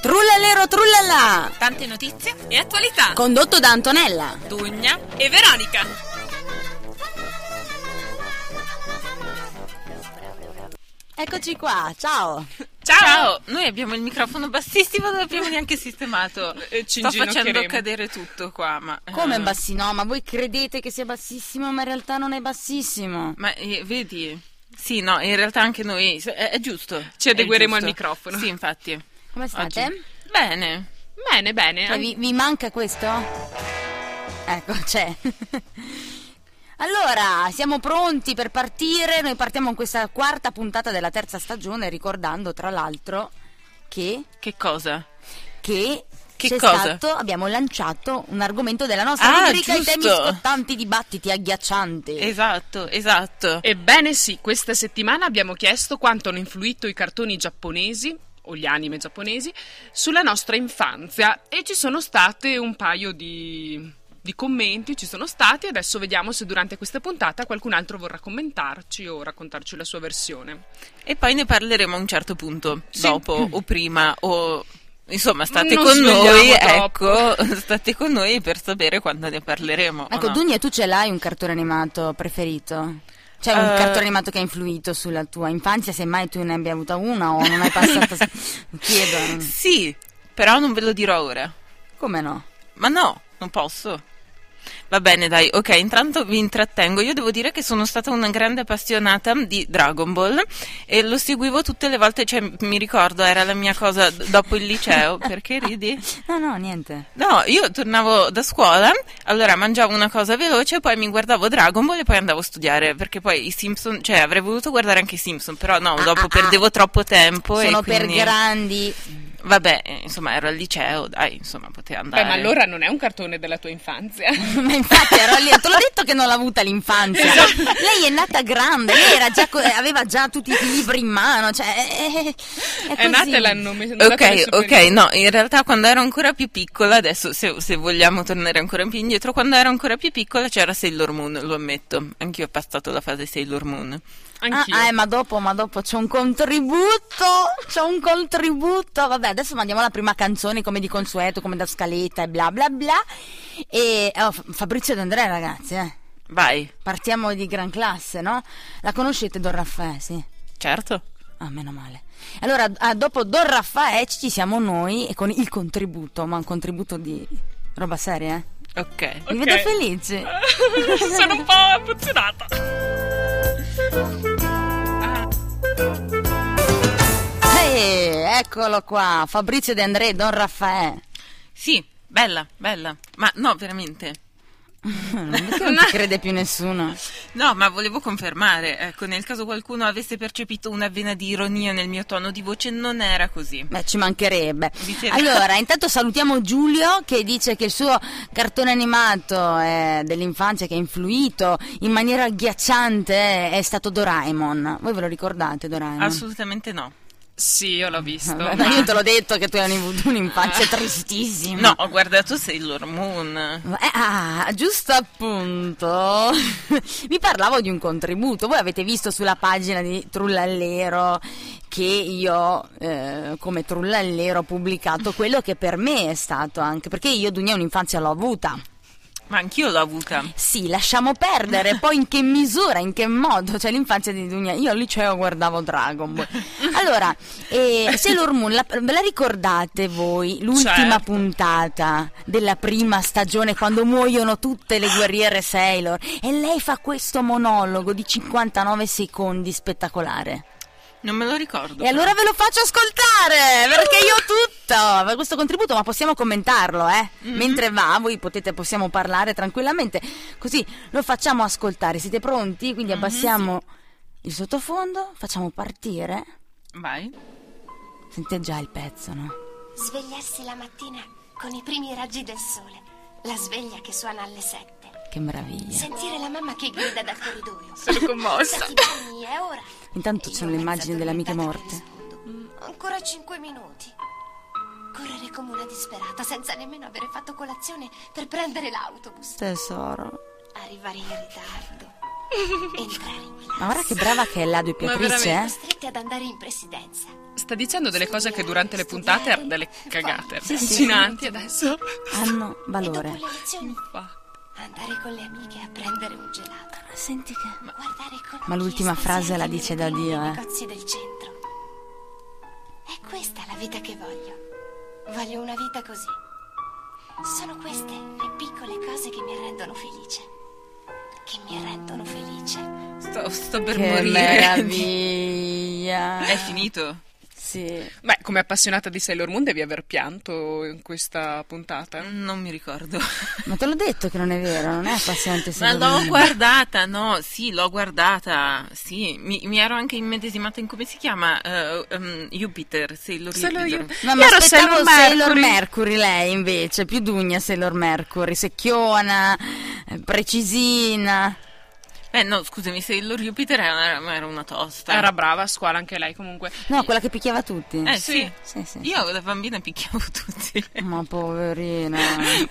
Trullalero trullallà! Tante notizie e attualità. Condotto da Antonella. Dugna e Veronica. Eccoci qua, ciao! Ciao. Noi abbiamo il microfono bassissimo, non l'abbiamo neanche sistemato. E ci Sto facendo inginocchieremo. cadere tutto qua, ma... Come eh, bassino? Ma voi credete che sia bassissimo, ma in realtà non è bassissimo. Ma eh, vedi... Sì, no, in realtà anche noi... se- È, è giusto. Ci È adegueremo al giusto. microfono. Sì, infatti. Come state? Oggi. Bene. Bene, bene. Cioè, vi, vi manca questo? Ecco, c'è. Allora, siamo pronti per partire. Noi partiamo con questa quarta puntata della terza stagione, ricordando tra l'altro che, Che cosa? che, Che c'è cosa? stato- abbiamo lanciato un argomento della nostra Ah, rubrica, i temi giusto. scottanti, dibattiti agghiaccianti. Esatto, esatto. Ebbene sì, questa settimana abbiamo chiesto quanto hanno influito i cartoni giapponesi o gli anime giapponesi sulla nostra infanzia e ci sono state un paio di, di commenti, ci sono stati, adesso vediamo se durante questa puntata qualcun altro vorrà commentarci o raccontarci la sua versione. E poi ne parleremo a un certo punto, Sì. Mm. dopo o prima o... Insomma, state Non con svegliamo noi, troppo. ecco, state con noi per sapere quando ne parleremo. o Ecco, no. Dunia, tu ce l'hai un cartone animato preferito? C'è un Eh. cartone animato che ha influito sulla tua infanzia, semmai tu ne abbia avuta una o non hai passato... Chiedo. Sì, però non ve lo dirò ora. Come no? Ma no, non posso. Va bene, dai, ok, intanto vi intrattengo. Io devo dire che sono stata una grande appassionata di Dragon Ball e lo seguivo tutte le volte, cioè mi ricordo, era la mia cosa d- dopo il liceo. Perché ridi? No, no, niente. No, io tornavo da scuola, allora mangiavo una cosa veloce, poi mi guardavo Dragon Ball e poi andavo a studiare, perché poi i Simpson, cioè avrei voluto guardare anche i Simpson, però no, Ah, dopo ah, ah. perdevo troppo tempo Sono e quindi... per grandi. Vabbè, eh, insomma, ero al liceo, dai, insomma, poteva andare. Beh, ma allora non è un cartone della tua infanzia. Ma infatti ero lì, te l'ho detto che non l'ha avuta l'infanzia. Esatto. Cioè, Lei è nata grande, lei era già co- aveva già tutti i libri in mano, cioè è, è È così. nata e l'hanno messo Ok, ok, no, in realtà quando ero ancora più piccola, adesso se, se vogliamo tornare ancora più indietro, quando ero ancora più piccola c'era Sailor Moon, lo ammetto, anch'io ho passato la fase Sailor Moon. Ah, Anch'io. ah, eh, ma dopo, ma dopo c'è un contributo, c'è un contributo. Vabbè, adesso mandiamo la prima canzone come di consueto, come da scaletta e bla bla bla. E oh, F- Fabrizio De Andrea, ragazzi, eh. Vai, Partiamo di gran classe, no? La conoscete Don Raffaele, sì? certo. Ah, meno male. Allora, ah, dopo Don Raffaele ci siamo noi e con il contributo, ma un contributo di roba seria, eh? Ok. Mi Ok. vedo felice. Sono un po' emozionata. Ehi, Eh, eccolo qua, Fabrizio De André, Don Raffaele. Sì, bella, bella. Ma no, veramente. Perché non ci crede più nessuno? No, ma volevo confermare, ecco, nel caso qualcuno avesse percepito una vena di ironia nel mio tono di voce, non era così. Beh, ci mancherebbe. Vi chiedo- Allora, intanto salutiamo Giulio che dice che il suo cartone animato eh, dell'infanzia che ha influito in maniera agghiacciante è stato Doraemon. Voi ve lo ricordate Doraemon? Assolutamente no. Sì, io l'ho visto. Vabbè, ma- ma io te l'ho detto che tu hai avuto un'infanzia tristissima. No, ho guardato Sailor Moon. Eh, ah, giusto appunto. Vi parlavo di un contributo. Voi avete visto sulla pagina di Trullallero che io, eh, come Trullallero, ho pubblicato quello che per me è stato anche. Perché io, Dunia, un'infanzia l'ho avuta. Ma anch'io l'ho avuta. Sì, lasciamo perdere. Poi in che misura, in che modo? Cioè, l'infanzia di Dunia. Io al liceo guardavo Dragon Ball. Allora, eh, Sailor Moon, la- ve la ricordate voi? L'ultima Certo. puntata della prima stagione, quando muoiono tutte le guerriere Sailor. E lei fa questo monologo di 59 secondi spettacolare. Non me lo ricordo. E allora ve lo faccio ascoltare perché io ho tutto per questo contributo, ma possiamo commentarlo, eh? Mhm. Mentre va, voi potete, possiamo parlare tranquillamente. Così lo facciamo ascoltare. Siete pronti? Quindi Mhm, abbassiamo il sottofondo, facciamo partire. Vai. Sentite già il pezzo, no? Svegliarsi la mattina con i primi raggi del sole. La sveglia che suona alle sette. Che meraviglia. Sentire la mamma che grida dal corridoio. Sono commossa. Stati buoni, è ora. Intanto ci sono le immagini delle amiche morte. Ancora cinque minuti. Correre come una disperata senza nemmeno avere fatto colazione per prendere l'autobus. Tesoro. Arrivare in ritardo. entrare in Ma guarda che brava che è la doppiatrice, veramente. eh? costrette ad andare in presidenza. Sta dicendo delle cose che durante le puntate erano delle cagate. Sì, sì. Allucinanti adesso. Hanno E valore. dopo le lezioni Fa. andare con le amiche a prendere un gelato. Senti che... Guardare con Ma occhi l'ultima frase la dice da esclusivi Dio, nei eh. negozi del centro. È questa la vita che voglio. Voglio una vita così. Sono queste le piccole cose che mi rendono felice. Che mi rendono felice. Sto, sto per Che morire. meraviglia. È finito. Sì. Beh, come appassionata di Sailor Moon devi aver pianto in questa puntata. Non mi ricordo. Ma te l'ho detto che non è vero, non è appassionante Ma secondo l'ho me. guardata, no, sì, l'ho guardata. Sì, mi, mi ero anche immedesimata in come si chiama eh, um, Jupiter, Sailor Sailor Jupiter. Ju- No, ma Io ero aspettavo Sailor Sailor Mercury. Mercury. lei invece, più dugna Sailor Mercury, secchiona, eh, precisina. Eh no, scusami, Sailor Jupiter era una, era una tosta. Era brava a scuola anche lei comunque. No, quella che picchiava tutti. Eh sì. Sì, sì. Io da bambina picchiavo tutti. Ma poverina.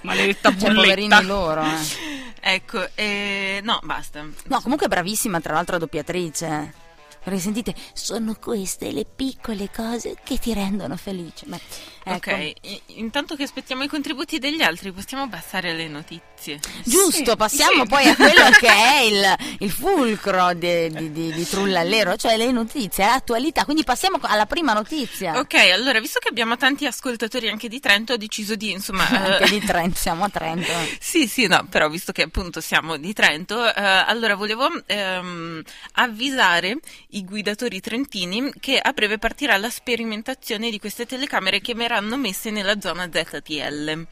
Maledetta Cioè, bolletta. poverini loro. eh. ecco, eh, no, basta. No, comunque è bravissima, tra l'altro, la doppiatrice. Perché sentite, sono queste le piccole cose che ti rendono felice. Beh, ecco. Ok, i- intanto che aspettiamo i contributi degli altri, possiamo abbassare le notizie. Giusto, Sì, passiamo sì. poi a quello che è il, il fulcro de- di, di- di Trullallero, cioè le notizie, l'attualità. Quindi passiamo co- alla prima notizia. Ok, allora, visto che abbiamo tanti ascoltatori anche di Trento, ho deciso di, insomma... Anche di eh, Trento, siamo a Cioè, Trento. Sì, sì, no, però visto che appunto siamo di Trento, eh, allora volevo ehm, avvisare i guidatori trentini che a breve partirà la sperimentazione di queste telecamere che verranno messe nella zona ZTL.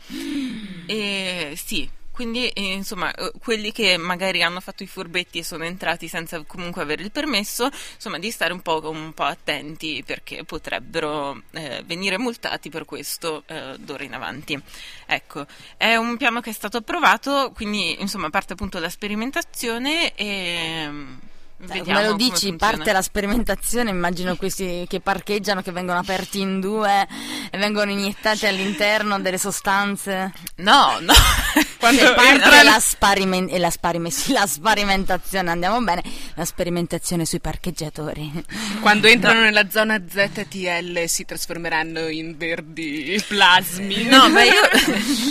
E sì. Quindi, eh, insomma, eh, quelli che magari hanno fatto i furbetti e sono entrati senza comunque avere il permesso, insomma, di stare un po', un po' attenti perché potrebbero eh, venire multati per questo eh, d'ora in avanti. Ecco, è un piano che è stato approvato, quindi, insomma, parte appunto la sperimentazione e... mm, Cioè, Vediamo come lo come dici, funziona. parte la sperimentazione, immagino questi che parcheggiano, che vengono aperti in due e vengono iniettati all'interno delle sostanze. No, no. Quando Che Cioè, parte esatto. entra- la, sparimen- e la, sparime- sì, la sperimentazione, andiamo bene, la sperimentazione sui parcheggiatori. Quando entrano nella zona ZTL si trasformeranno in verdi plasmi. No, ma io.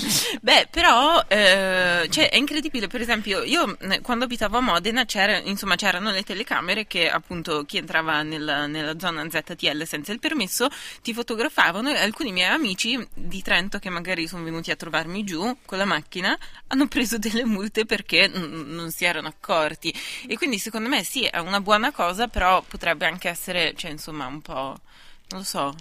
Beh, però eh, cioè, è incredibile. Per esempio, io eh, quando abitavo a Modena c'era- insomma, c'erano le telecamere che appunto chi entrava nella, nella zona ZTL senza il permesso ti fotografavano e alcuni miei amici di Trento che magari sono venuti a trovarmi giù con la macchina hanno preso delle multe perché mm, non si erano accorti. E quindi secondo me sì, è una buona cosa, però potrebbe anche essere, cioè, insomma, un po'. Non lo so.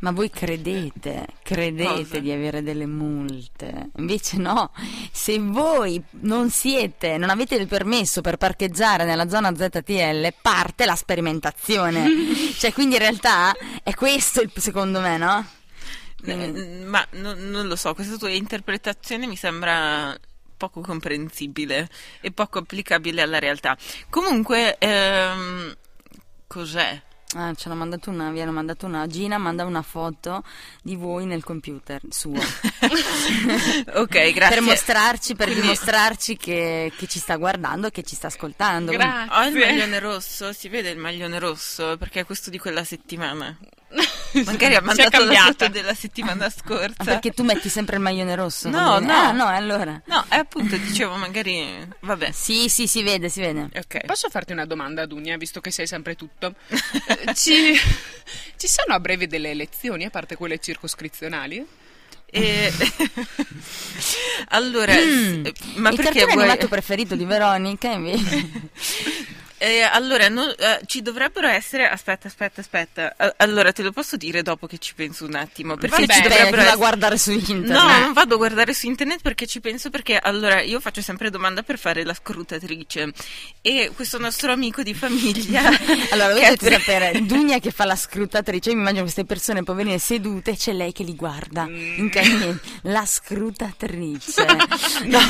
Ma voi credete, credete Cosa? di avere delle multe? Invece no, se voi non siete, non avete il permesso per parcheggiare nella zona ZTL, parte la sperimentazione. cioè, quindi in realtà è questo il, secondo me, no? Eh, Ma no- non lo so, questa tua interpretazione mi sembra poco comprensibile e poco applicabile alla realtà. Comunque, ehm, cos'è? Ah, ce l'ho mandato una, vi hanno mandato una Gina, manda una foto di voi nel computer suo. ok, grazie. Per mostrarci, per Quindi- dimostrarci che, che ci sta guardando e che ci sta ascoltando. Quindi- Grazie. Ho il maglione rosso, si vede il maglione rosso perché è questo di quella settimana. Magari ha Si è mandato la cambiata. foto della settimana Ah, scorsa. perché tu metti sempre il maglione rosso? No, quindi- no. Ah, no, allora. No, è appunto, dicevo, magari... Vabbè, Sì, sì, si vede, si vede. ok. Posso farti una domanda, Dunia, visto che sei sempre tutto? Eh, Ci, ci sono a breve delle elezioni, a parte quelle circoscrizionali? E- allora, s- Eh, ma Mm. il perché cartone vuoi... animato preferito di Veronica invece. Eh, allora, no- eh, ci dovrebbero essere. Aspetta, aspetta, aspetta. A- allora, te lo posso dire dopo che ci penso un attimo. Perché Vabbè, ci Beh, dovrebbero da essere. guardare su No, internet. non vado a guardare su internet perché ci penso perché allora io faccio sempre domanda per fare la scrutatrice e questo nostro amico di famiglia Allora, voi che è dovete sapere, Dunia che fa la scrutatrice, io mi immagino queste persone poverine sedute, c'è lei che li guarda. Mm. Incredibile. La scrutatrice. No,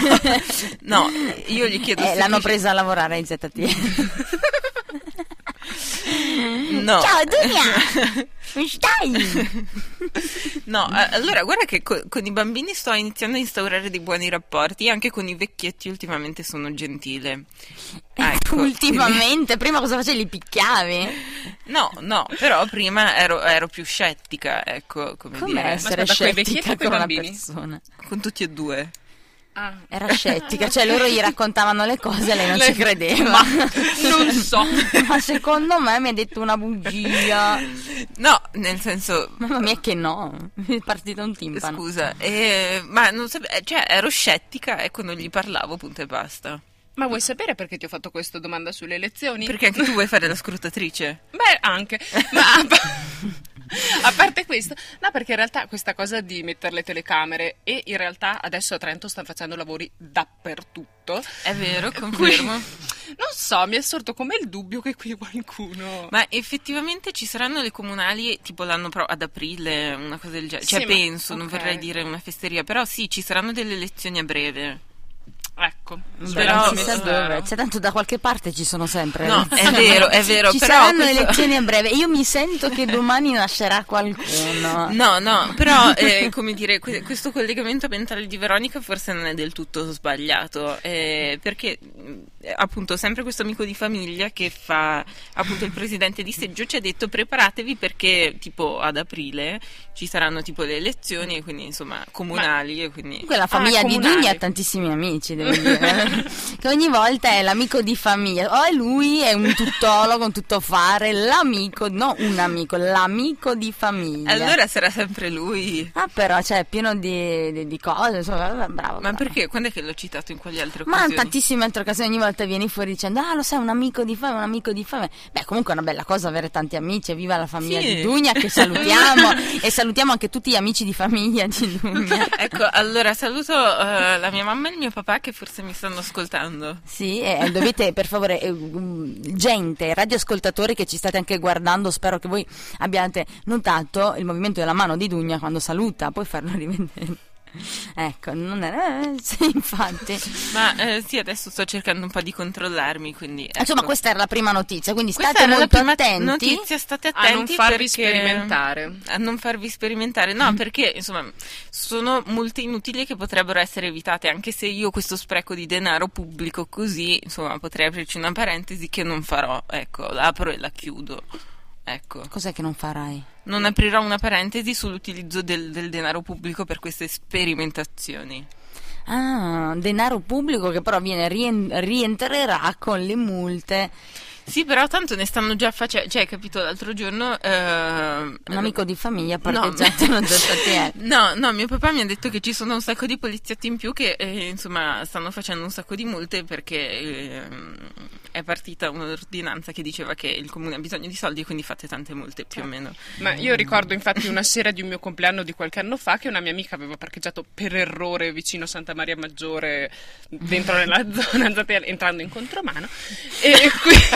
no, io gli chiedo Eh, se l'hanno presa a lavorare in ZT. No. Ciao Dunia! Come stai? No, eh, allora guarda che co- con i bambini sto iniziando a instaurare dei buoni rapporti, anche con i vecchietti ultimamente sono gentile. Ecco, quindi- Ultimamente, prima cosa facevi? Li picchiavi? No, no, però prima ero, ero più scettica, ecco, come Com'è dire, essere aspetta, coi vecchietti scettica o coi con una bambini? persona? con tutti e due. Ah. Era scettica, cioè loro gli raccontavano le cose e lei non ci credeva. Ma non so. Ma secondo me mi ha detto una bugia. No, nel senso, eh, Mamma mia che no, mi è partito un timpano. scusa, eh, ma non sapevo, cioè ero scettica, ecco, non gli parlavo, punto e basta. Ma vuoi sapere perché ti ho fatto questa domanda sulle elezioni? Perché anche tu vuoi fare la scrutatrice? Beh, anche. Ma a, pa- a parte questo, no, perché in realtà questa cosa di mettere le telecamere e in realtà adesso a Trento stanno facendo lavori dappertutto. È vero, Qui- confermo. Non so, mi è sorto come il dubbio che qui qualcuno. Ma effettivamente ci saranno le comunali tipo l'anno pro ad aprile, una cosa del genere. Cioè, Sì, ma- penso, non ok. vorrei dire una festeria, però sì, ci saranno delle elezioni a breve. Ecco. Vabbè, Però- non si sa dove, cioè tanto da qualche parte ci sono sempre. No, le è elezioni. vero, è vero, Ci però saranno questo- elezioni a breve. Io mi sento che domani nascerà qualcuno. No, no, però eh, come dire, que- questo collegamento mentale di Veronica forse non è del tutto sbagliato, eh, perché mh, appunto sempre questo amico di famiglia che fa appunto il presidente di seggio ci ha detto preparatevi perché tipo ad aprile ci saranno tipo le elezioni e quindi insomma comunali e quindi... Comunque la famiglia Ah, di comunali. Dugni ha tantissimi amici, devo dire. che ogni volta è l'amico di famiglia. O è lui è un tuttologo, un tuttofare, l'amico, no un amico, l'amico di famiglia. Allora sarà sempre lui. Ah però, cioè, è pieno di, di- di cose, insomma, bravo. Ma bravo. perché? Quando è che l'ho citato in quali altre Ma in occasioni? tantissime altre occasioni ogni volta vieni fuori dicendo Ah lo sai un amico di fame, un amico di fame Beh comunque è una bella cosa avere tanti amici e viva la famiglia Sì. di Dugna che salutiamo E salutiamo anche tutti gli amici di famiglia di Dugna Ecco, allora saluto eh, la mia mamma e il mio papà che forse mi stanno ascoltando. Sì, eh, dovete per favore, eh, mm, gente, radioascoltatori che ci state anche guardando, spero che voi abbiate notato il movimento della mano di Dugna quando saluta, poi farlo rivedere. Ecco, non è... eh, sì, infatti. Ma eh, sì, adesso sto cercando un po' di controllarmi, quindi... ecco. Ah, Insomma, questa era la prima notizia, quindi Questa state era la molto prima attenti. Notizia, state A attenti Ah, non farvi perché- sperimentare. A non farvi sperimentare, Mm. no, perché insomma sono molte inutili che potrebbero essere evitate, anche se io questo spreco di denaro pubblico così, insomma, potrei aprirci una parentesi che non farò, ecco, la apro e la chiudo. Ecco, Cos'è che non farai? Mm. non aprirò una parentesi sull'utilizzo del, del denaro pubblico per queste sperimentazioni. Ah, denaro pubblico che però viene rien- rientrerà con le multe. Sì, però tanto ne stanno già facendo, cioè, capito, l'altro giorno... ehm, Un amico di famiglia ha No, parcheggiato in ma- una certa tienda. No, no, mio papà mi ha detto che ci sono un sacco di poliziotti in più che eh, insomma stanno facendo un sacco di multe perché ehm, è partita un'ordinanza che diceva che il comune ha bisogno di soldi quindi fate tante multe Certo. più o meno. Ma io ricordo infatti una sera di un mio compleanno di qualche anno fa che una mia amica aveva parcheggiato per errore vicino a Santa Maria Maggiore, dentro nella zona, andate- entrando in contromano. E, qui-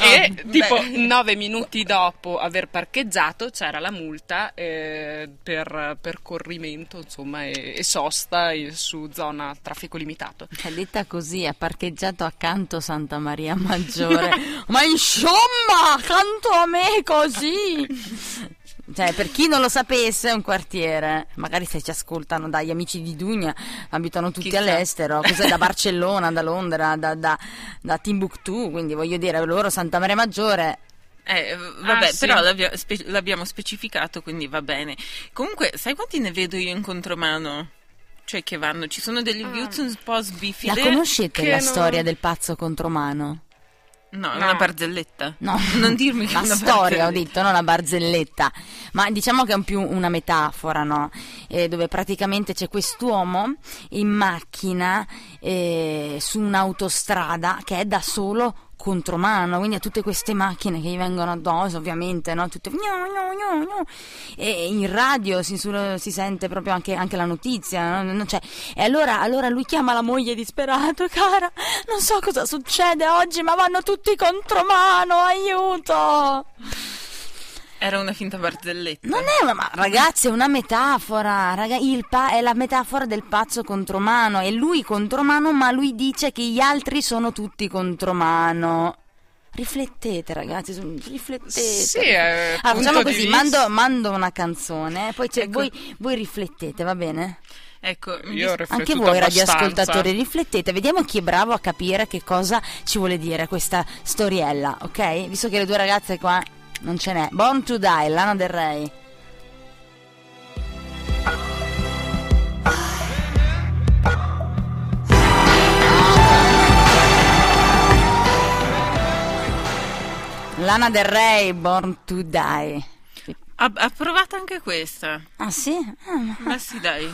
e Ah, tipo beh. nove minuti dopo aver parcheggiato c'era la multa eh, per percorrimento insomma, e, e sosta e su zona traffico limitato. È detta così, ha parcheggiato accanto Santa Maria Maggiore. Ma insomma, accanto a me così. Cioè, per chi non lo sapesse, è un quartiere. Magari se ci ascoltano dagli amici di Dugna, abitano tutti Chissà. all'estero. Cos'è da Barcellona, da Londra, da, da, da Timbuktu. Quindi voglio dire, loro Santa Maria Maggiore. Eh, v- vabbè, Ah, sì. però l'abbia- spe- l'abbiamo specificato quindi va bene. Comunque, sai quanti ne vedo io in contromano? Cioè che vanno, ci sono delle views un po' Ah. La sbifide. conoscete che la non- storia del pazzo contromano? No, è No. una barzelletta. No, Non dirmi che è la una storia, ho barzelletta. detto, non la barzelletta, ma diciamo che è un più una metafora, no? Eh, dove praticamente c'è quest'uomo in macchina eh, su un'autostrada che è da solo contromano, quindi ha tutte queste macchine che gli vengono addosso, ovviamente, no? Tutte gno, gno, gno, gno. E in radio si, sul- si sente proprio anche, anche la notizia, no? Non c'è. e allora, allora lui chiama la moglie disperato, cara, non so cosa succede oggi, ma vanno tutti contromano, aiuto! Era una finta barzelletta. Non è una, ma ragazzi, è una metafora. raga- il pa- è la metafora del pazzo contromano. È lui contromano, ma lui dice che gli altri sono tutti contromano. Riflettete, ragazzi, su- riflettete. Sì, eh, Ah, facciamo punto di così, vista. mando, mando una canzone, eh, poi c'è- Ecco. voi, voi riflettete, va bene? Ecco, mi Io ho Anche riflettuto voi abbastanza. radioascoltatori riflettete, vediamo chi è bravo a capire che cosa ci vuole dire questa storiella, ok? Visto che le due ragazze qua non ce n'è. Born to Die, Lana del Rey. Lana del Rey, Born to Die. ha, ha provato anche questa. Ah sì? Ah, ma- Ma sì, dai.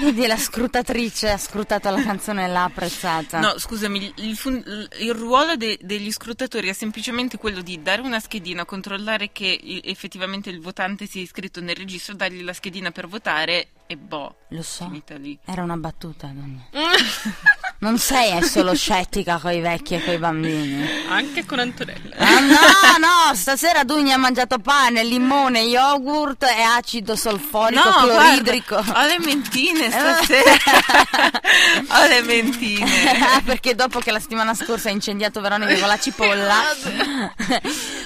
Vedi, la scrutatrice ha scrutato la canzone e l'ha apprezzata. No, scusami, il, fun- il ruolo de- degli scrutatori è semplicemente quello di dare una schedina, controllare che i- effettivamente il votante sia iscritto nel registro, dargli la schedina per votare e boh, Lo so. finita lì. Era una battuta, Donna. Non sei eh, solo scettica coi vecchi e coi bambini. Anche con Antonella. Ah, no, no, stasera Dugna ha mangiato pane, limone, yogurt e acido solforico cloridrico. Eh. guarda, ho le mentine stasera. ho le mentine. Perché dopo che la settimana scorsa ha incendiato Veronica con la cipolla.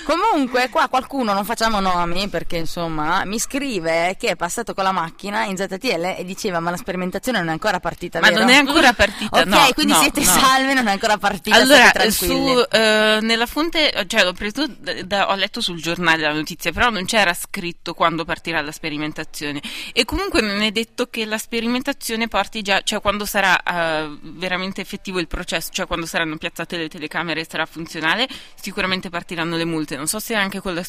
Comunque, qua qualcuno, non facciamo nomi perché insomma, mi scrive che è passato con la macchina in ZTL e diceva: Ma la sperimentazione non è ancora partita. Ma vero?" non è ancora partita, Ok, no, quindi no, siete no. salve, non è ancora partita. Allora, state tranquilli. su, eh, nella fonte, cioè l'ho preso, da- da- ho letto sul giornale la notizia, però non c'era scritto quando partirà la sperimentazione. E comunque non è detto che la sperimentazione parti già, cioè quando sarà eh, veramente effettivo il processo, cioè quando saranno piazzate le telecamere e sarà funzionale, sicuramente partiranno le multe. Non so se anche con la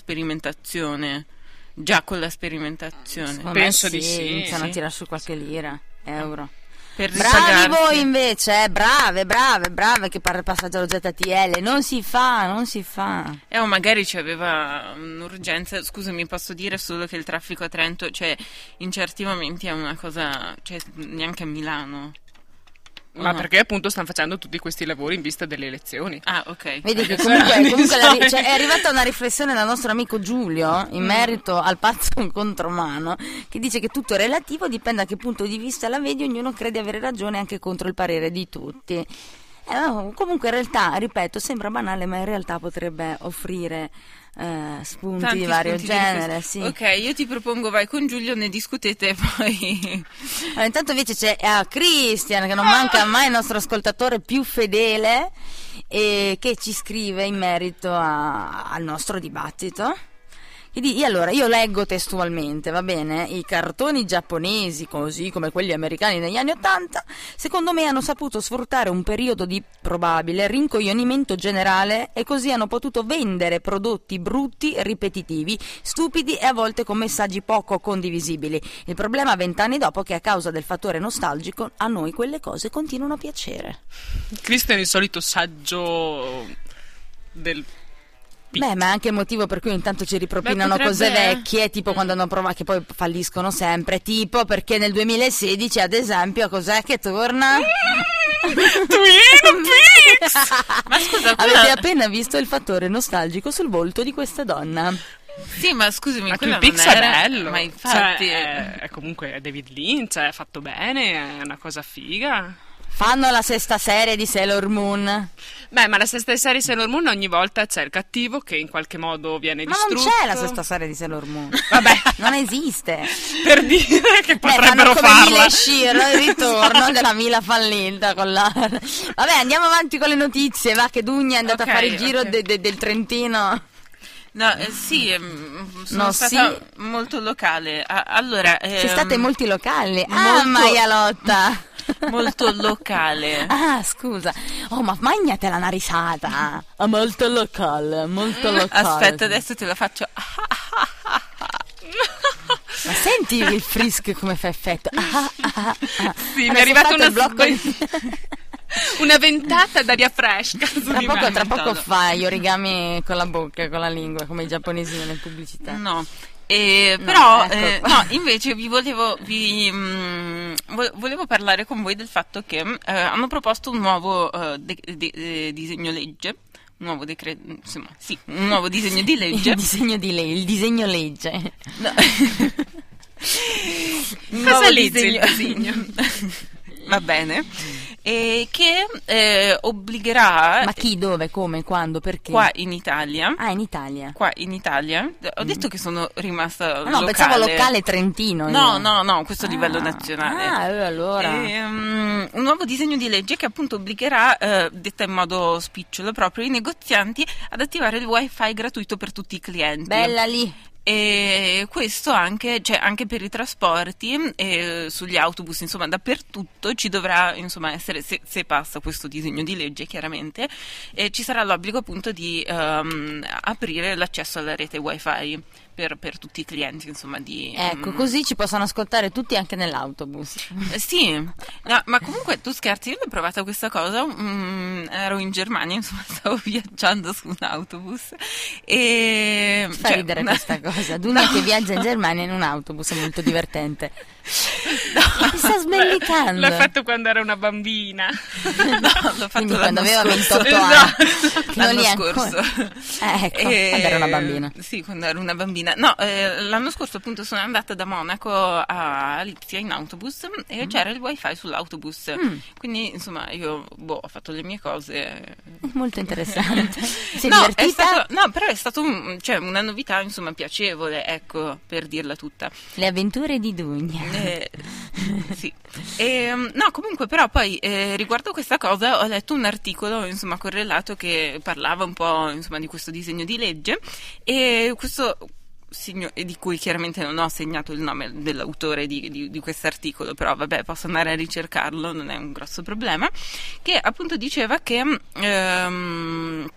sperimentazione, già con la sperimentazione, Secondo me penso di sì, Iniziano sì. a tirare su qualche lira, euro. per Bravi ripagarsi. voi invece, eh, brave, brave, brave che parla il passaggio allo ZTL. Non si fa, non si fa. Eh, o magari ci aveva mm, un'urgenza. Scusami, posso dire solo che il traffico a Trento, cioè, in certi momenti è una cosa. cioè, neanche a Milano. Ma No. perché appunto stanno facendo tutti questi lavori in vista delle elezioni? Ah, ok. Vedi che Perché comunque, sono- comunque la ri- cioè, è sono- arrivata una riflessione dal nostro amico Giulio Mm. in merito al pazzo contromano che dice che tutto è relativo, dipende da che punto di vista la vedi, ognuno crede di avere ragione anche contro il parere di tutti. Eh, no, comunque in realtà, ripeto, sembra banale, ma in realtà potrebbe offrire eh, spunti Tanti di vario spunti di genere. riflessione. sì. Ok, io ti propongo, vai con Giulio, ne discutete e poi. Allora, intanto invece c'è eh, Christian, che non manca mai il nostro ascoltatore più fedele, e che ci scrive in merito a- al nostro dibattito. E di- allora, io leggo testualmente, va bene? I cartoni giapponesi, così come quelli americani negli anni Ottanta, secondo me hanno saputo sfruttare un periodo di probabile rincoglionimento generale e così hanno potuto vendere prodotti brutti, ripetitivi, stupidi e a volte con messaggi poco condivisibili. Il problema vent'anni dopo è che a causa del fattore nostalgico a noi quelle cose continuano a piacere. Cristian è il solito saggio del... Pi- Beh, ma è anche il motivo per cui intanto ci ripropinano Beh, potrebbe- cose vecchie, tipo quando hanno provato, che poi falliscono sempre, tipo perché nel 2016, ad esempio, cos'è che torna? Twin Peaks! Ma scusa, quella- Avete appena visto il fattore nostalgico sul volto di questa donna. Sì, ma scusami, Ma quella Twin Peaks non è era. bello! Ma infatti. Cioè, è, è comunque è David Lynch, è fatto bene, è una cosa figa. Fanno la sesta serie di Sailor Moon. Ma Beh, ma la sesta serie Sailor Moon ogni volta c'è il cattivo che in qualche modo viene non distrutto. c'è la sesta serie di Sailor Moon. Vabbè, Non esiste. eh. per dire che Beh, fanno potrebbero come farla. Mila e Shiro, il ritorno della Mila fallita con la... Vabbè, andiamo avanti con le notizie, va che Dugna è andata Ok, a fare il giro ok. de- de- del Trentino. No, eh, sì, ehm, sono No, stata sì. molto locale. Ah, allora. Sei stata in ehm, molti locali. Ah, molto- maialotta. molto locale. Ah, scusa. Oh, ma magnatela una risata. Ah, molto locale, molto locale. Mm, Aspetta, adesso te la faccio. Ah, Ma senti il frisk come fa effetto? Ah, ah, ah, ah. Sì, Adesso mi è arrivata fate una il blocco di- Una ventata d'aria fresca. su Tra di poco, me. tra poco mentale. fa gli origami con la bocca, con la lingua, come i giapponesi nelle pubblicità. No. Eh, però, ecco eh, qua. no, invece vi volevo, vi, mm, vo- volevo parlare con voi del fatto che eh, hanno proposto un nuovo eh, de- de- eh, disegno legge, un nuovo decreto, insomma, sì, un nuovo disegno di legge. Il disegno di lei, il disegno legge. Un Cosa nuovo legge il disegno- Va bene. e che eh, obbligherà Ma chi, dove, come, quando, perché? qua in Italia. Ah, in Italia. Qua in Italia. Ho detto che sono rimasta. Ah, no, pensavo locale trentino. io. No, no, no, questo a Ah. livello nazionale. Ah, eh, allora. Ehm, un nuovo disegno di legge che appunto obbligherà, eh, detta in modo spicciolo proprio, i negozianti ad attivare il wifi gratuito per tutti i clienti. Bella lì. Mm. E questo anche, cioè, anche per i trasporti, eh, sugli autobus, insomma, dappertutto ci dovrà insomma, essere, se, se passa questo disegno di legge chiaramente, eh, ci sarà l'obbligo appunto di ehm, aprire l'accesso alla rete wifi per, per tutti i clienti, insomma, di... Ecco, ehm, così ci possono ascoltare tutti anche nell'autobus. eh, Sì, No, ma comunque tu scherzi, io l'ho provata questa cosa, mm, ero in Germania, insomma stavo viaggiando su un autobus e... Fa cioè, ridere una- questa cosa. Duna No. che viaggia in Germania in un autobus è molto divertente. No. Mi sta smellicando. L'ha fatto quando era una bambina. No, l'ho fatto Quindi quando l'anno aveva scorso. 28 Esatto. anni. Che non L'anno li è scorso. ancora. Eh, ecco, E- quando era una bambina. Sì, quando ero una bambina. No, eh, l'anno scorso appunto sono andata da Monaco a Lipsia in autobus e Mm. c'era il wifi sull'autobus. Quindi insomma io boh, ho fatto le mie cose. Molto interessante. Si è no, divertita? è stato- no, però è stata una novità insomma piacevole, ecco, per dirla tutta. Le avventure di Dugna. Eh, sì. Ehm, no, comunque, però, poi eh, riguardo questa cosa ho letto un articolo insomma correlato che parlava un po' insomma di questo disegno di legge e questo. signo- e di cui chiaramente non ho segnato il nome dell'autore di, di, di quest'articolo, però vabbè, posso andare a ricercarlo, non è un grosso problema. Che appunto diceva che mm, ehm,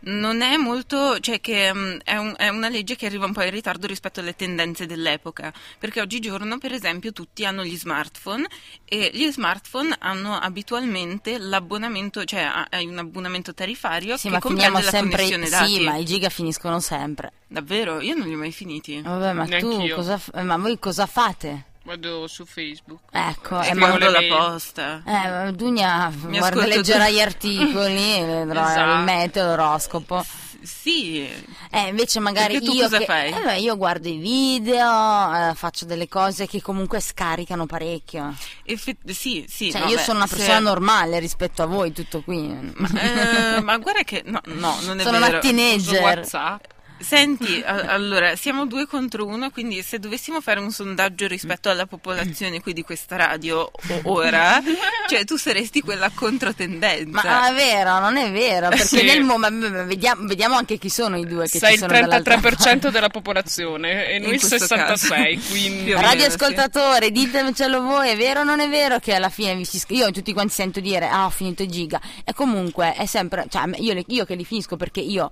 non è molto, cioè che mm, è, un- è una legge che arriva un po' in ritardo rispetto alle tendenze dell'epoca, perché oggigiorno, per esempio, tutti hanno gli smartphone e gli smartphone hanno abitualmente l'abbonamento, cioè ha- hai un abbonamento tarifario Sì, che ma finiamo comprende la sempre. connessione dati. Sì, ma i giga finiscono sempre. Davvero? Io non li ho mai finiti. Eh, Vabbè, ma tu Neanch'io. cosa f- eh, ma voi cosa fate? Vado su Facebook. Ecco, eh, Sì, ma ma- Scrivo le la mail. posta. eh, Dunia guarda, ascolto leggerà tu- gli articoli, e vedrà il Esatto. meteo, l'oroscopo. Sì, Eh, invece magari Perché tu io cosa che- fai? eh, beh, io guardo i video, eh, faccio delle cose che comunque scaricano parecchio. effe- sì, sì. cioè, no, io beh, sono una se- persona normale rispetto a voi, tutto qui. Ma, eh, ma guarda che... No, no, non è sono vero. una teenager. WhatsApp. Senti, a- allora, siamo due contro uno, quindi se dovessimo fare un sondaggio rispetto alla popolazione qui di questa radio o- ora, cioè tu saresti quella Ma controtendenza. ah, è vero, non è vero, perché Sì. nel momento vediamo, vediamo anche chi sono i due che Sei ci il sono dall'altra 33% della popolazione e In noi il questo 66, caso. quindi Più o meno, Radio ascoltatore, ditemelo voi, è vero o non è vero che alla fine vi si sc- io tutti quanti sento dire "Ah, ho finito i giga". E comunque è sempre, cioè io, le- io che li finisco perché io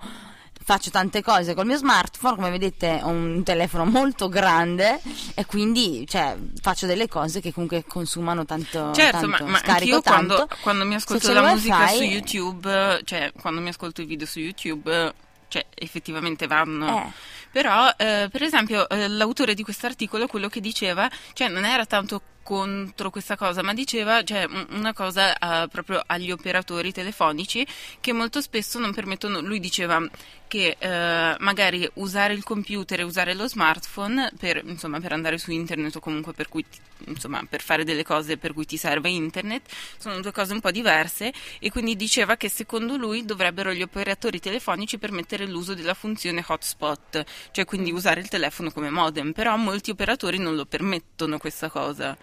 faccio tante cose col mio smartphone, come vedete ho un telefono molto grande e quindi cioè, faccio delle cose che comunque consumano tanto Certo, ma, tanto, ma scarico anch'io quando, tanto. quando mi Se ascolto c'è il la musica wifi, su YouTube, cioè quando mi ascolto i video su YouTube, cioè effettivamente vanno. eh, Però, eh, per esempio, eh, l'autore di quest'articolo, quello che diceva, cioè non era tanto contro questa cosa, ma diceva cioè, un- una cosa eh, proprio agli operatori telefonici che molto spesso non permettono, lui diceva che eh, magari usare il computer e usare lo smartphone per, insomma, per andare su internet o comunque per, cui ti- insomma, per fare delle cose per cui ti serve internet sono due cose un po' diverse e quindi diceva che secondo lui dovrebbero gli operatori telefonici permettere l'uso della funzione hotspot, cioè quindi Mm. usare il telefono come modem, però molti operatori non lo permettono questa cosa.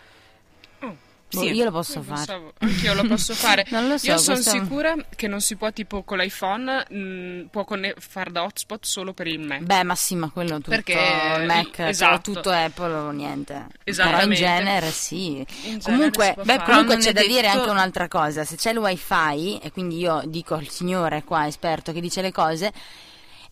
Oh. boh, Sì. io lo posso Non fare. so, anch'io lo posso fare. Non lo so, Io sono questo- sicura che non si può, tipo con l'iPhone, mh, può conne- far da hotspot solo per il Mac. Bè, ma sì, ma quello tutto Perché- il Mac, però esatto. tutto Apple o niente. Però in Esattamente. genere sì. In genere Comunque, si può beh, fare. comunque Non c'è è da dire detto- anche un'altra cosa. Se c'è il wifi, e quindi io dico al signore qua esperto che dice le cose.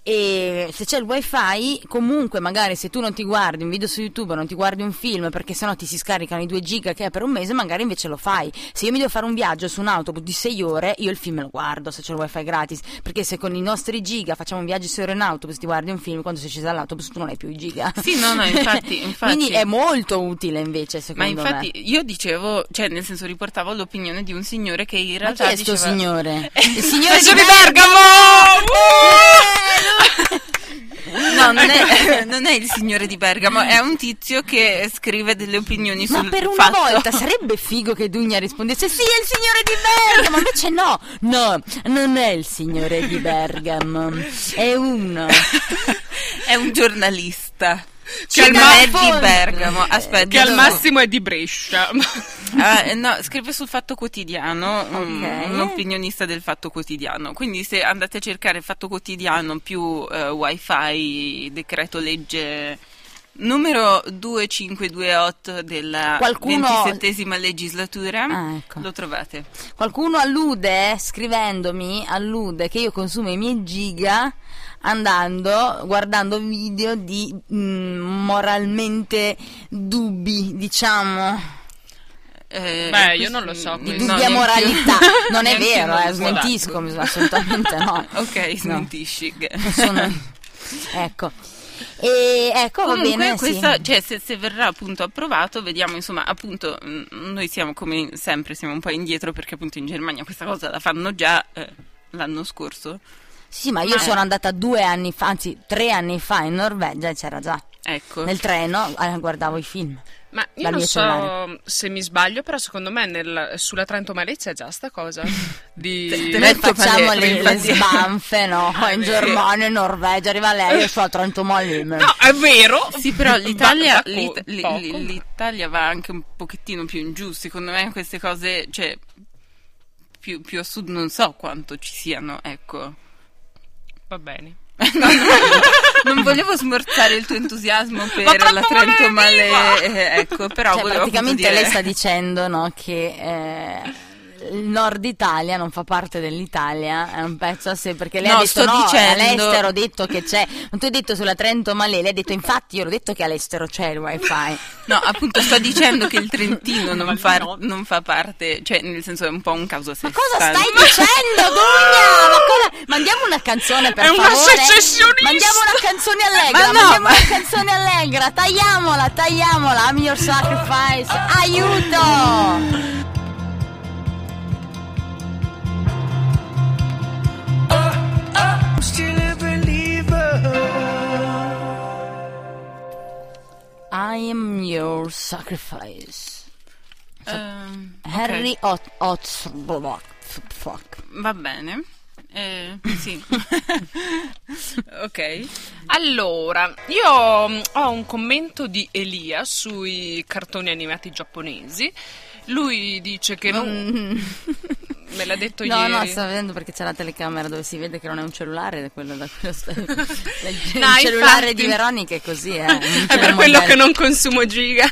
E se c'è il wifi, comunque, magari se tu non ti guardi un video su YouTube, non ti guardi un film, perché sennò ti si scaricano i 2 giga che è per un mese, magari invece lo fai. Se io mi devo fare un viaggio su un autobus di 6 ore, io il film lo guardo se c'è il wifi gratis. Perché se con i nostri giga facciamo un viaggio 6 ore in autobus, ti guardi un film, quando sei sceso dall'autobus tu non hai più i giga. Sì, no, no, infatti, infatti. Quindi è molto utile invece, Ma secondo infatti me. io dicevo, cioè nel senso riportavo l'opinione di un signore che in Ma chi realtà è sto diceva- signore? Il signore Sono di di Bergamo! No, non è, eh, non è il signore di Bergamo, è un tizio che scrive delle opinioni Ma sul per una fatto. volta sarebbe figo che Dugna rispondesse sì, è il signore di Bergamo, invece no, no, non è il signore di Bergamo, è uno. è un giornalista. Che Che al non è massimo- di Bergamo, aspetta. Che al no. massimo è di Brescia. Ah, eh, no, scrive sul Fatto Quotidiano, un- Ok. un opinionista del Fatto Quotidiano. Quindi se andate a cercare Fatto Quotidiano più eh, wifi, decreto legge numero 2528 della Qualcuno- ventisettesima legislatura, Ah, ecco. lo trovate. Qualcuno allude, eh, scrivendomi, allude che io consumo i miei giga andando, guardando video di mm, moralmente dubbi, diciamo. Eh, Beh, questo- io non lo di no, so, questo. dubbia neanch'io. moralità. Non è Neanch'io vero, non eh, lo so. smentisco, mi- assolutamente Cioè, no. Ok, No. smentisci. Sono- ecco. E ecco, va Comunque, bene. sì. questa- cioè, se, se verrà appunto approvato, vediamo insomma, appunto, mh, noi siamo come sempre, siamo un po' indietro perché appunto in Germania questa cosa la fanno già eh, l'anno scorso. Sì, ma io Ma- sono andata due anni fa, anzi tre anni fa in Norvegia e c'era già. Ecco. Nel treno eh, guardavo i film. Ma io Dal non mio so cellulare. se mi sbaglio, però secondo me nel- sulla Trento Maleccia è già sta cosa. Te Di... ne- Noi detto facciamo Palermo, le, le infatti. sbanfe, no? Ah, In Germania, in Norvegia, arriva lei e fa Trento Malim. No, è vero. Sì, però l'Italia, Va- va l'It- co- li- poco, li- ma- l'Italia va anche un pochettino più in giù, secondo me queste cose, cioè, più, più a sud non so quanto ci siano, ecco. Va bene. Non volevo smorzare il tuo entusiasmo Ma per tanto la Trento volevi, ma- Male, eh, ecco, però Cioè, volevo appunto praticamente dire- lei sta dicendo no, che eh, il nord Italia non fa parte dell'Italia, è un pezzo a sé, perché lei No, ha detto sto no, dicendo- all'estero ho detto che c'è, non tu hai detto sulla Trento Malè, lei ha detto infatti io l'ho detto che all'estero c'è il wifi. No, appunto sto dicendo che il Trentino non, Ma fa, no. non fa parte, cioè nel senso è un po' un caso a sé Ma cosa stante. stai dicendo, Dugna? Ma cosa- Mandiamo una canzone per È una favore. secessionista! Mandiamo una canzone allegra, Ma no, mandiamo ma- una canzone allegra, tagliamola, tagliamola, I'm your sacrifice, aiuto! I'm still a believer. I am your sacrifice. Ehm, ok, Harry Ot Otzblock. Fuck. Va bene. Eh, sì. ok. Allora, io mm, ho un commento di Elia sui cartoni animati giapponesi. Lui dice che non... Mm. Me l'ha detto no, ieri. no, sto vedendo perché c'è la telecamera dove si vede che non è un cellulare, ed è quello da cui lo stai. il No, cellulare infatti. di Veronica è così, eh. Non c'è È per un quello modello. che non consumo giga.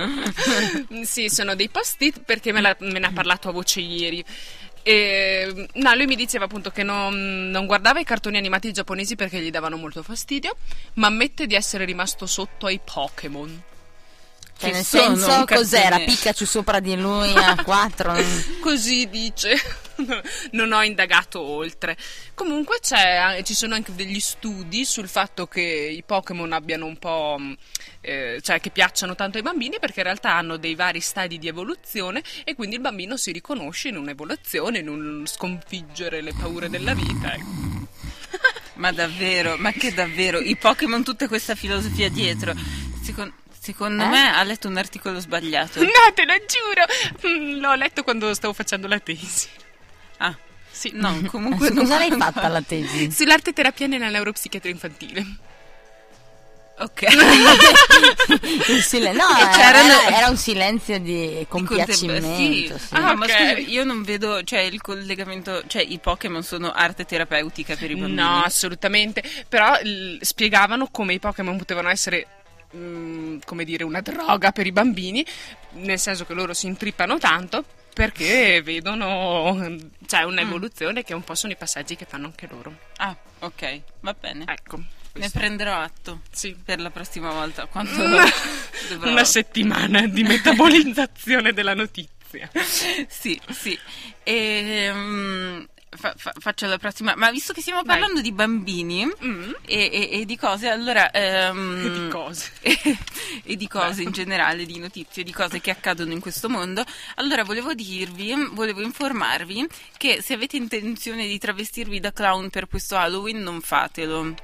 Mm, sì, sono dei post-it perché me, l'ha- me ne ha parlato a voce ieri. E, no, lui mi diceva appunto che non, non guardava i cartoni animati giapponesi perché gli davano molto fastidio, ma ammette di essere rimasto sotto ai Pokémon. Cioè, che nel sono senso, un cos'era? cartone. Pikachu sopra di lui a 4. Così dice. Non ho indagato oltre. Comunque c'è- eh, ci sono anche degli studi sul fatto che i Pokémon abbiano un po'. mh, eh, cioè che piacciono tanto ai bambini perché in realtà hanno dei vari stadi di evoluzione e quindi il bambino si riconosce in un'evoluzione, in un sconfiggere le paure della vita. ecco. Ma davvero, ma che davvero, i Pokémon tutta questa filosofia dietro. Secon- secondo Eh? me ha letto un articolo sbagliato. No, te lo giuro! Mm, L'ho letto quando stavo facendo la tesi. Ah, Sì, no, comunque non- Cosa l'hai fatta la tesi? Sull'arte terapia nella neuropsichiatria infantile. Ok. Il silen- no, Cioè, E era, c'erano- era- era un silenzio di Sì. compiacimento. sì. Ah, Ah, ma ok. scusi, io non vedo, cioè il collegamento, cioè i Pokémon sono arte terapeutica per i bambini. No, assolutamente. Però l- spiegavano come i Pokémon potevano essere. mm, come dire, una droga per i bambini, nel senso che loro si intrippano tanto perché vedono cioè un'evoluzione che un po' sono i passaggi che fanno anche loro. Ah, ok, va bene. Ecco. Ne questo. prenderò atto Sì. per la prossima volta. Quanto dovrò... Una settimana di metabolizzazione della notizia. Sì, sì. Ehm, fa- fa- faccio la prossima. Ma visto che stiamo Vai. parlando di bambini Mm. e, e- e di cose, allora... ehm, Di cose. e di cose in generale, di notizie, di cose che accadono in questo mondo. Allora volevo dirvi, volevo informarvi che se avete intenzione di travestirvi da clown per questo Halloween non fatelo.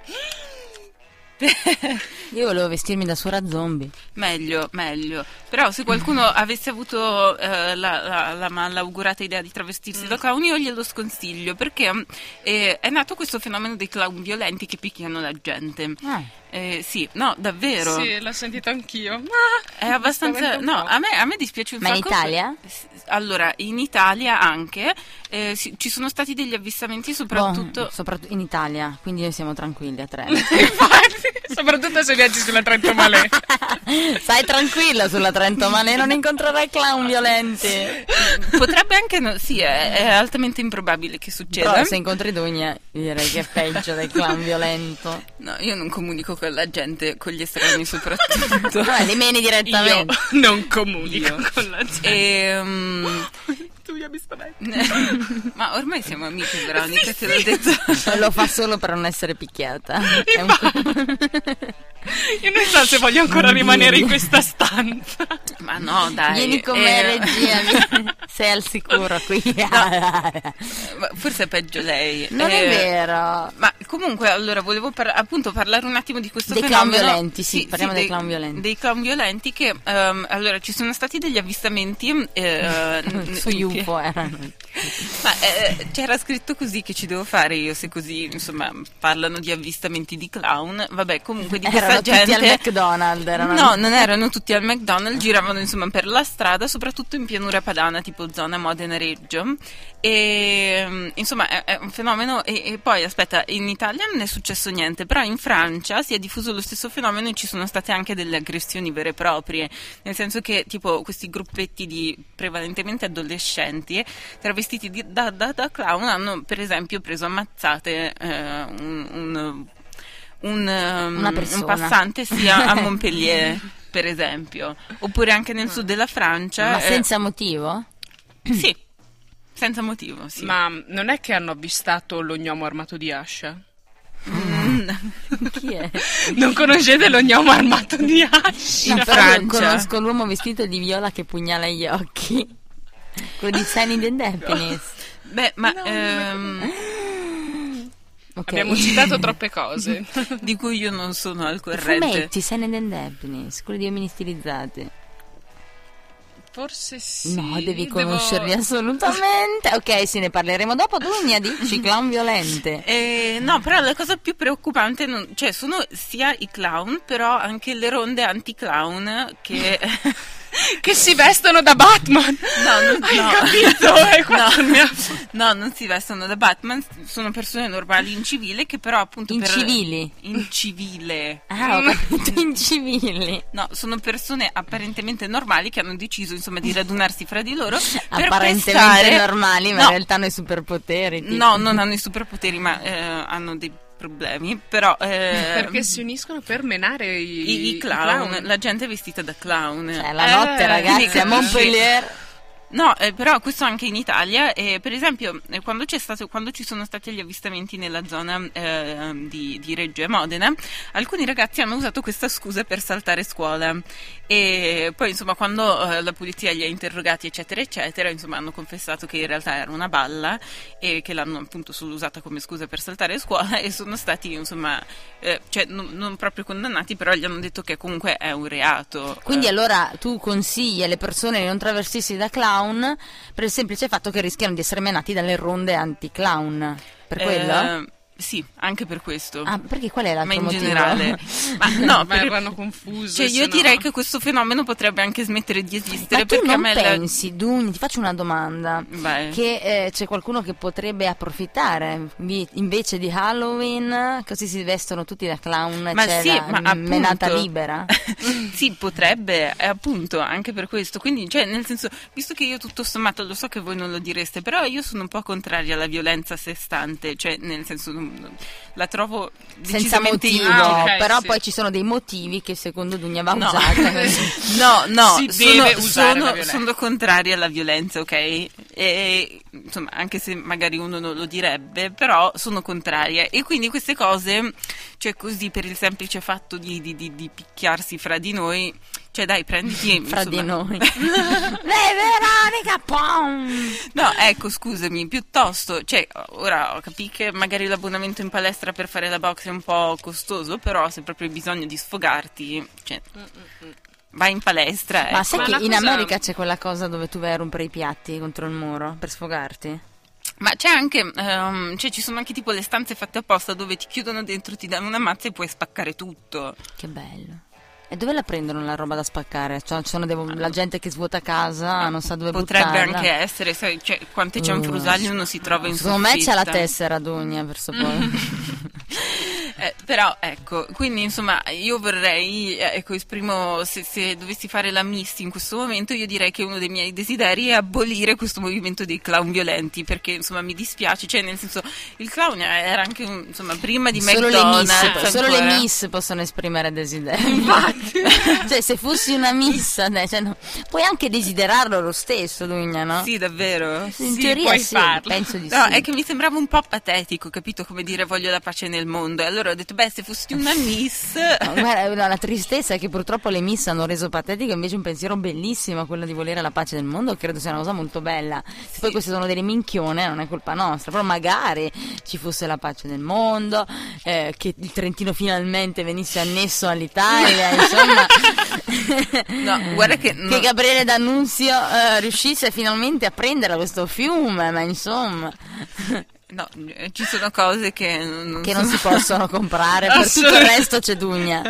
Io volevo vestirmi da suora zombie. Meglio, meglio. Però se qualcuno avesse avuto eh, la, la, la malaugurata idea di travestirsi da clown, io glielo sconsiglio perché mm, eh, è nato questo fenomeno dei clown violenti che picchiano la gente. Ah. Eh, sì, no, davvero. Sì, l'ho sentito anch'io. È abbastanza. spaventa un No, po'. a me, a me dispiace un Ma in sacco. Italia? S- Allora, in Italia anche eh, si- ci sono stati degli avvistamenti, soprattutto. Boh, soprattutto in Italia, quindi noi siamo tranquilli a tre. Infatti, soprattutto se viaggi sulla Trento Malè. Stai tranquilla sulla Trento Male, non incontrerai clown violenti. Potrebbe anche. no- sì, è, è altamente improbabile che succeda. Però se incontri Dugna direi che è peggio del clown violento. No, io non comunico con la gente, con gli estranei soprattutto. Come li meni Io direttamente. non comunico con la gente. Ehm, Tu mi spaventi. ma ormai siamo amiche, Veronica, te l'ho detto. Lo fa solo per non essere picchiata. È un- Io non so se voglio ancora Mm. Non rimanere dire. in questa stanza. Ma no, dai. Vieni con me, eh, regia. vieni. Sei al sicuro qui. ma Forse è peggio lei. Non è Eh, vero. Ma comunque, allora, volevo par- appunto parlare un attimo di questo Dei clown fenomeno. violenti, sì, parliamo dei clown violenti. Dei clown violenti che, ehm, allora, ci sono stati degli avvistamenti eh, n- Su in pie- UFO erano. Ma eh, c'era scritto così che ci devo fare io, se così, insomma, parlano di avvistamenti di clown. Vabbè, comunque di questa Erano tutti gente... al McDonald's. Erano No, non erano tutti al McDonald's, giravano insomma per la strada, soprattutto in pianura padana, tipo zona Modena Reggio. E mm, insomma è, è un fenomeno. E, e poi aspetta, in Italia non è successo niente, però in Francia si è diffuso lo stesso fenomeno e ci sono state anche delle aggressioni vere e proprie, nel senso che tipo questi gruppetti di prevalentemente adolescenti travestiti di- da, da- da clown hanno per esempio preso ammazzate eh, un. un un, ehm, Una un persona. passante sia a Montpellier, per esempio, oppure anche nel sud della Francia. Ma eh, senza motivo? sì, senza motivo, sì. Ma non è che hanno avvistato l'ognomo armato di ascia? Mm. Chi è? Non conoscete l'ognomo armato di ascia? No, In però io Francia. conosco l'uomo vestito di viola che pugnala gli occhi. Quello di Signing and Happiness. Beh, ma ehm, Ok. Abbiamo citato troppe cose. di cui io non sono al I corrente. fumetti, Signing and Happiness, quelli di uomini stilizzati. Forse sì. No, devi devo- conoscerli assolutamente. Ok, sì, ne parleremo dopo. Dugna, dici clown violente. Eh, no, però la cosa più preoccupante, non- cioè, sono sia i clown, però anche le ronde anti-clown che... Che si vestono da Batman! No, non- Hai no. capito? Eh, E questo mi ha- No, non si vestono da Batman, sono persone normali in civile che però appunto... per- Mm. Incivili. In civile. Ah, ho capito, incivili. No, sono persone apparentemente normali che hanno deciso insomma di radunarsi fra di loro per Apparentemente pestare- normali, ma in No, realtà hanno i superpoteri. tipo. No, non hanno i superpoteri, ma eh, hanno dei problemi, però eh, Perché si uniscono per menare i, i, i clown, la gente è vestita da clown. Cioè, la notte, Eh, ragazzi, a sì. Montpellier. No, eh, però questo anche in Italia, eh, per esempio eh, quando, c'è stato, quando ci sono stati gli avvistamenti nella zona eh, di, di Reggio e Modena, alcuni ragazzi hanno usato questa scusa per saltare scuola e poi insomma quando eh, la polizia li ha interrogati eccetera eccetera, insomma hanno confessato che in realtà era una balla e che l'hanno appunto solo usata come scusa per saltare scuola e sono stati insomma, eh, cioè non, non proprio condannati, però gli hanno detto che comunque è un reato. Quindi Eh, allora tu consigli alle persone di non travestirsi da clown per il semplice fatto che rischiano di essere menati dalle ronde anti-clown. Per quello? eh, sì, anche per questo. Ah, perché qual è l'altro ma in motivo? generale ma no Ma per- vanno confuso. cioè, io se no- direi che questo fenomeno potrebbe anche smettere di esistere Ma tu perché non a me la- pensi, Duni, ti faccio una domanda, Vai. che eh, c'è qualcuno che potrebbe approfittare vi- invece di Halloween, così si vestono tutti da clown, Ma c'è sì, la ma mm, appunto. menata libera? sì, potrebbe, eh, appunto, anche per questo. Quindi, cioè, nel senso, visto che io tutto sommato lo so che voi non lo direste, però io sono un po' contraria alla violenza a sé stante, cioè, nel senso, non- non- la trovo Senza decisamente motivo, inutile. Ah, ok, però sì. poi ci sono dei motivi che secondo Dugna va No. usata. Eh, No, no, Si sono, deve usare la sono, violenza. sono contraria alla violenza, ok? E, insomma, anche se magari uno non lo direbbe, però sono contraria. E quindi queste cose, cioè così per il semplice fatto di, di- di- di picchiarsi fra di noi, cioè, Cioè, dai, prenditi. fra di insomma. noi. Beh, Veronica, pom! No, ecco, scusami, piuttosto, cioè, ora capì che magari l'abbonamento in palestra per fare la box è un po' costoso, però se proprio hai bisogno di sfogarti, cioè, vai in palestra. Ma ecco. sai Mm, Ma che la in cosa- America c'è quella cosa dove tu vai a rompere i piatti contro il muro per sfogarti? Ma c'è anche, ehm, cioè, ci sono anche tipo le stanze fatte apposta dove ti chiudono dentro, ti danno una mazza e puoi spaccare tutto. Che bello. E dove la prendono la roba da spaccare? Cioè, ci sono dei- la gente che svuota casa, Ah, non sa dove Potrebbe buttarla. anche essere, sai, cioè, quante c'è un Uh, frusaglio uno si trova in Secondo me c'è la soffitta. tessera d'ogni per Mm, sapere. Eh, però ecco, quindi insomma io vorrei, eh, ecco esprimo, se, se dovessi fare la miss in questo momento io direi che uno dei miei desideri è abolire questo movimento dei clown violenti perché insomma mi dispiace, cioè nel senso il clown era anche un- insomma prima di solo, le McDonald's miss, po- solo le ancora. miss possono esprimere desideri. Infatti. cioè, se fossi una miss, dai, cioè, no, puoi anche desiderarlo lo stesso, Dugna, no? Sì, davvero? Ah. In sì, teoria puoi sì, farlo. penso di No, sì. è che mi sembrava un po' patetico, capito? Come dire voglio la pace nel mondo. E allora ho detto, beh, se fossi una miss... No, guarda, no, la tristezza è che purtroppo le miss hanno reso patetica invece un pensiero bellissimo, quello di volere la pace del mondo, credo sia una cosa molto bella. Se poi queste sono delle minchione, non è colpa nostra, però magari ci fosse la pace del mondo, eh, che il Trentino finalmente venisse annesso all'Italia, insomma. No, guarda che... Che non- Gabriele D'Annunzio eh, riuscisse finalmente a prendere questo fiume, ma insomma, No, eh, ci sono cose che non, che non si possono comprare, per tutto il Assolutamente. resto c'è Dugna.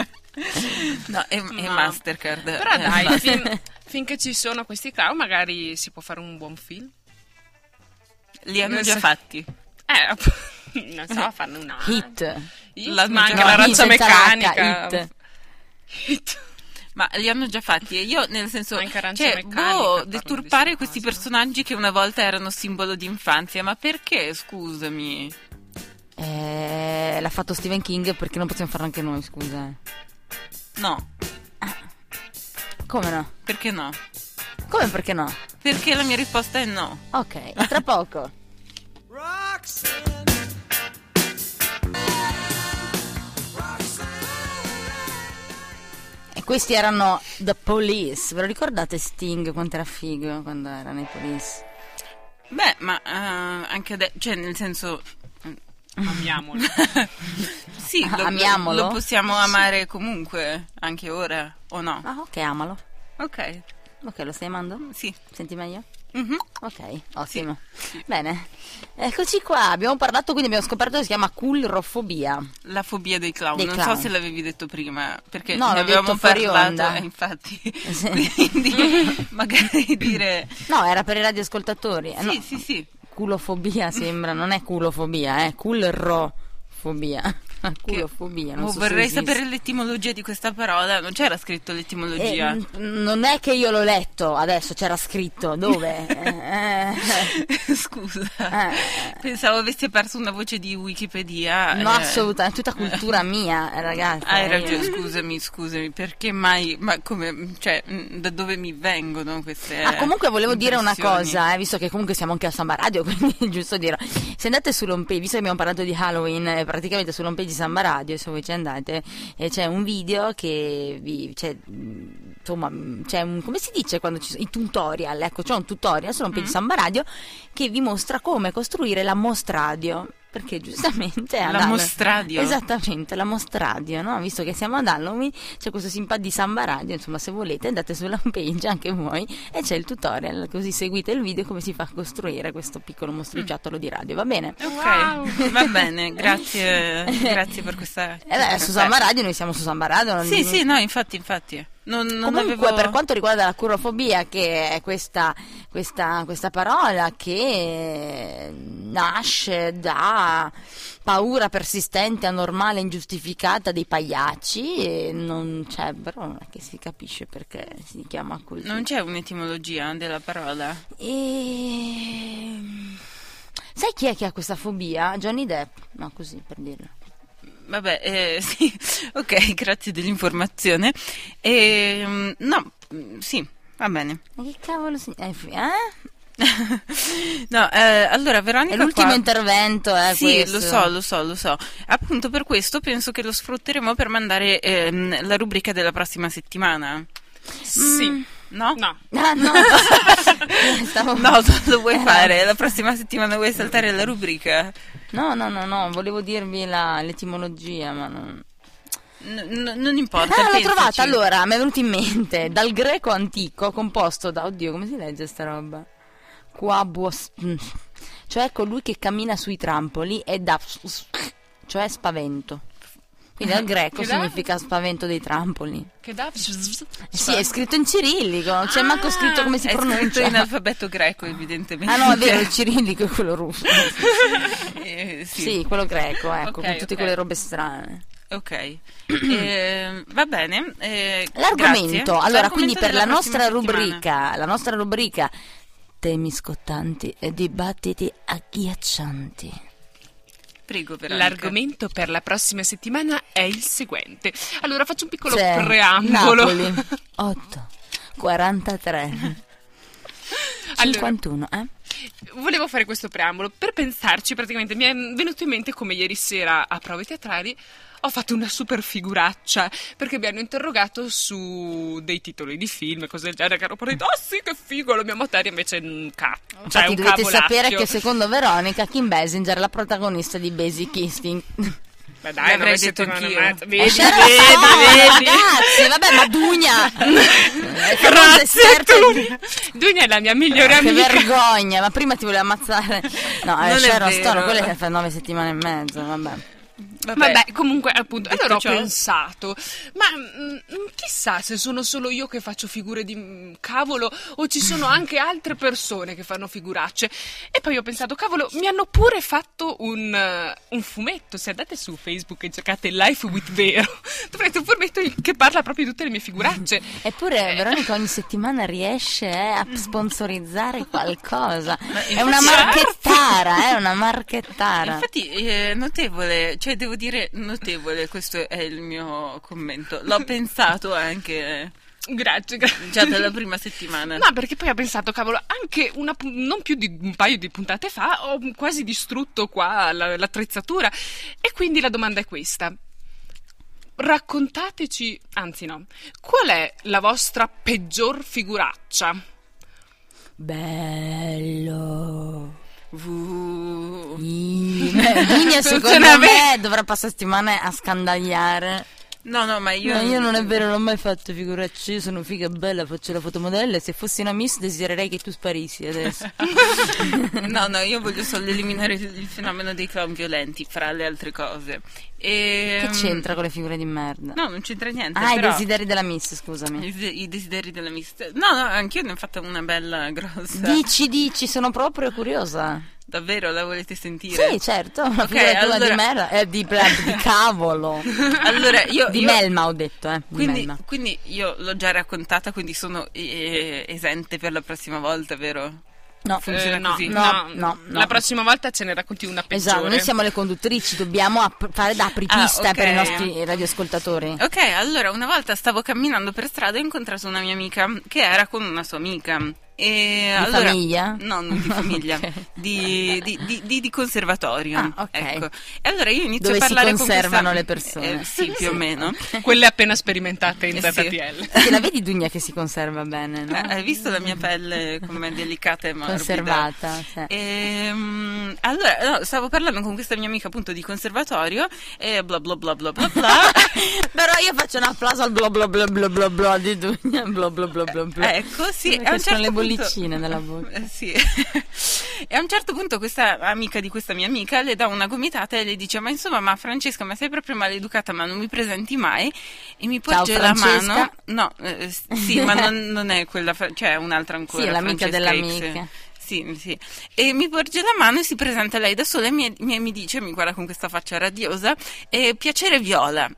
No, è, è No. Mastercard. Però Eh, dai, basta. fin- finché ci sono questi clown magari si può fare un buon film. li hanno non già so. fatti. Eh, app- non so, fanno un altro. Hit. Eh, Hit, La- ma anche no, la hit razza senza l'H, meccanica. hit. Hit. Ma li hanno già fatti e io nel senso Anche Arancia cioè, Meccanica boh, parla di deturpare sta questi cosa. personaggi che una volta erano simbolo di infanzia, ma perché, scusami? Eh, l'ha fatto Stephen King perché non possiamo farlo anche noi, scusa. No, Come no? perché no? Come perché no? Perché la mia risposta è no. Ok, a tra poco. Roxanne. E questi erano The Police. Ve lo ricordate Sting quanto era figo quando era nei Police? Beh, ma eh, anche adesso, cioè nel senso Amiamolo. sì, Ah, lo, amiamolo? lo possiamo amare comunque, anche ora o no? Ah, ok, amalo. Ok, Ok, lo stai amando? sì. Senti meglio? Mhm. Ok, ottimo. Bene. Eccoci qua, abbiamo parlato, quindi abbiamo scoperto che si chiama culrofobia. La fobia dei clown, Dei non clown. so se l'avevi detto prima, perché No, ne l'ho avevamo detto fuori parlato, onda. eh, infatti. Sì. Quindi magari dire No, era per i radioascoltatori. Eh, Sì, no, sì, sì. Culofobia sembra, non è culofobia, è culrofobia. Culofobia, non Oh, so se vorrei esiste. sapere l'etimologia di questa parola, non c'era scritto l'etimologia. Eh, n- non è che io l'ho letto adesso, c'era scritto dove? Eh, eh, Scusa. eh, Pensavo avessi aperto una voce di Wikipedia. no, eh. assolutamente, è tutta cultura mia, eh, ragazzi. Hai ragione, Io- scusami, scusami, perché mai, ma come, cioè, mh, da dove mi vengono queste Ah, comunque volevo dire una impressioni? cosa, eh, visto che comunque siamo anche a Samba Radio, quindi è giusto dirlo. Se andate sull'homepage, visto che abbiamo parlato di Halloween, eh, praticamente sull'homepage di Samba Radio, se voi ci andate, eh, c'è un video che vi... C'è, mh, insomma, mh, c'è un... come si dice quando ci sono... i tutorial, ecco, c'è un tutorial sull'homepage Mm. di Samba Radio che vi mostra come costruire la mostradio. Perché giustamente è La andata- mostradio. Esatto. Esattamente, la mostradio, no? Visto che siamo ad Halloween, c'è questo simpa di Samba Radio, insomma, se volete andate sulla homepage anche voi e c'è il tutorial, così seguite il video come si fa a costruire questo piccolo mostriciattolo di radio, va bene? Mm. Ok, va bene, grazie, grazie per questa. E Eh, beh, su Samba Radio noi siamo su Samba Radio, non Sì, sì, no, infatti, infatti. Non, non Comunque, avevo... per quanto riguarda la curofobia, che è questa, questa- questa parola che nasce da paura persistente, anormale, ingiustificata dei pagliacci, e non c'è, però non è che si capisce perché si chiama così. Non c'è un'etimologia della parola. E... Sai chi è che ha questa fobia? Johnny Depp, no, così per dirlo. Vabbè, eh, sì, ok, grazie dell'informazione. Ehm, no, mm, sì, va bene. Ma che cavolo si... eh, fi- eh? No, eh, allora Veronica È l'ultimo qua- intervento, eh, Sì, questo. lo so, lo so, lo so. Appunto per questo penso che lo sfrutteremo per mandare ehm, la rubrica della prossima settimana. Sì. No? No. Ah, no. Stavo- No, cosa lo Eh. vuoi fare? La prossima settimana vuoi saltare la rubrica? no, no, no, no, volevo dirvi la- l'etimologia, ma non... N- n- non importa. Ah, l'ho pensaci. trovata, allora, mi è venuto in mente, dal greco antico, composto da, oddio, come si legge sta roba? Quabuos, mm. cioè colui che cammina sui trampoli e da, cioè spavento. Quindi dal greco Che da- significa spavento dei trampoli. Che dà? Eh Sì, è scritto in cirillico, non c'è manco Ah, scritto come si È scritto pronuncia. in alfabeto greco, evidentemente. Ah no, è vero, il cirillico è quello russo. Eh, sì. Sì, quello greco, ecco, Ok, con tutte ok. quelle robe strane. Ok. Eh, va bene. eh, grazie. L'argomento, allora, L'argomento quindi per della la nostra prossima settimana. rubrica, la nostra rubrica temi scottanti e dibattiti agghiaccianti. Prego, Veronica. L'argomento per la prossima settimana è il seguente. Allora faccio un piccolo C'è preambolo. Cioè, Napoli 8 43 Allora, 51, eh? volevo fare questo preambolo per pensarci, praticamente mi è venuto in mente come ieri sera a prove teatrali ho fatto una super figuraccia perché mi hanno interrogato su dei titoli di film e cose del genere che hanno poi detto "Ah sì, che figo, la mia materia invece è un cazzo". Cioè, è Infatti un dovete cavolaccio. sapere che secondo Veronica Kim Basinger è la protagonista di Basic Instinct. Ma dai, non L'avrei è detto settimana anch'io. mezza. Eh, Vedi, c'era la vedi, parola, vedi. ragazzi, vabbè, ma Dugna Eh, sei un Grazie esperto di- Dunia. Dunia è la mia migliore Che amica. vergogna, ma prima ti voleva ammazzare. No, eh, Non è Sharon vero. Stone, quella che fa nove settimane e mezzo, vabbè. Vabbè. Vabbè, comunque, appunto, Detto allora ho ciò- pensato, ma mm, chissà se sono solo io che faccio figure di mm, cavolo o ci sono anche altre persone che fanno figuracce. E poi ho pensato, cavolo, mi hanno pure fatto un, eh, un fumetto. Se andate su Facebook e cercate Life with Vero, troverete un fumetto che parla proprio di tutte le mie figuracce. Eh, Eppure Veronica ogni settimana riesce eh, a sponsorizzare qualcosa. È infatti- una marchettara, è una marchettara. Infatti è notevole, cioè devo dire notevole, questo è il mio commento. L'ho pensato anche Grazie, grazie. già dalla prima settimana. No, perché poi ho pensato, cavolo, anche una, pu- non più di un paio di puntate fa ho quasi distrutto qua la- l'attrezzatura. E quindi la domanda è questa. Raccontateci, anzi no, qual è la vostra peggior figuraccia? Bello. Uh, Vigna secondo n'è me dovrà passare settimane a scandagliare. No, no, ma io... No, io non è vero, non ho mai fatto figuracce, io sono figa bella, faccio la fotomodella e se fossi una miss desidererei che tu sparissi Ehm. adesso. No, no, io voglio solo eliminare il il fenomeno dei clown violenti, fra le altre cose. E, mm, che c'entra con le figure di merda? No, non c'entra niente. ah, i però- desideri della miss, scusami. I desi- i desideri della mista. No, no, anch'io ne ho fatta una bella grossa. Dici, dici, sono proprio curiosa. Davvero, la volete sentire? Sì, certo, una figura tua di allora- merda, eh, di, di cavolo. Allora, io... Di io- melma ho detto, eh. di Quindi, melma. quindi io l'ho già raccontata, quindi sono eh, esente per la prossima volta, vero? No, funziona Eh, no, così. No, No, no, no. La prossima volta ce ne racconti una peggiore. Esatto, noi siamo le conduttrici, dobbiamo ap- fare da apripista Ah, ok. per i nostri radioascoltatori. Ok, allora una volta stavo camminando per strada e ho incontrato una mia amica che era con una sua amica. E Di allora- famiglia? No, non di famiglia, Ok. di, di- di- di- di conservatorio. Ah, ok. Ecco. E allora io inizio Dove a si parlare conservano con questa... le persone. Eh, sì, più o meno. Quelle appena sperimentate in Eh, sì. ZTL. Che la vedi Dugna che si conserva bene, no? Eh, Hai visto la mia pelle com'è delicata e morbida? Conservata, sì. Ehm, allora, no, stavo parlando con questa mia amica appunto di conservatorio e bla bla bla bla bla bla. Però io faccio un applauso al bla bla bla bla bla bla di Dugna, bla bla bla bla bla. Ecco, sì, Perché a sono un certo le punto- bollicine nella bocca. Eh, sì. e a un certo punto questa amica di questa mia amica le dà una gomitata e le dice: Ma insomma, ma Francesca, ma sei proprio maleducata, ma non mi presenti mai? E mi Ciao, porge la Francesca. mano. No, eh, s- sì, ma non, non è quella, fra- cioè è un'altra ancora. Sì, è l'amica Francesca dell'amica. X. Sì, sì. E mi porge la mano e si presenta lei da sola e mi, mi- mi dice, mi guarda con questa faccia radiosa, eh, piacere viola.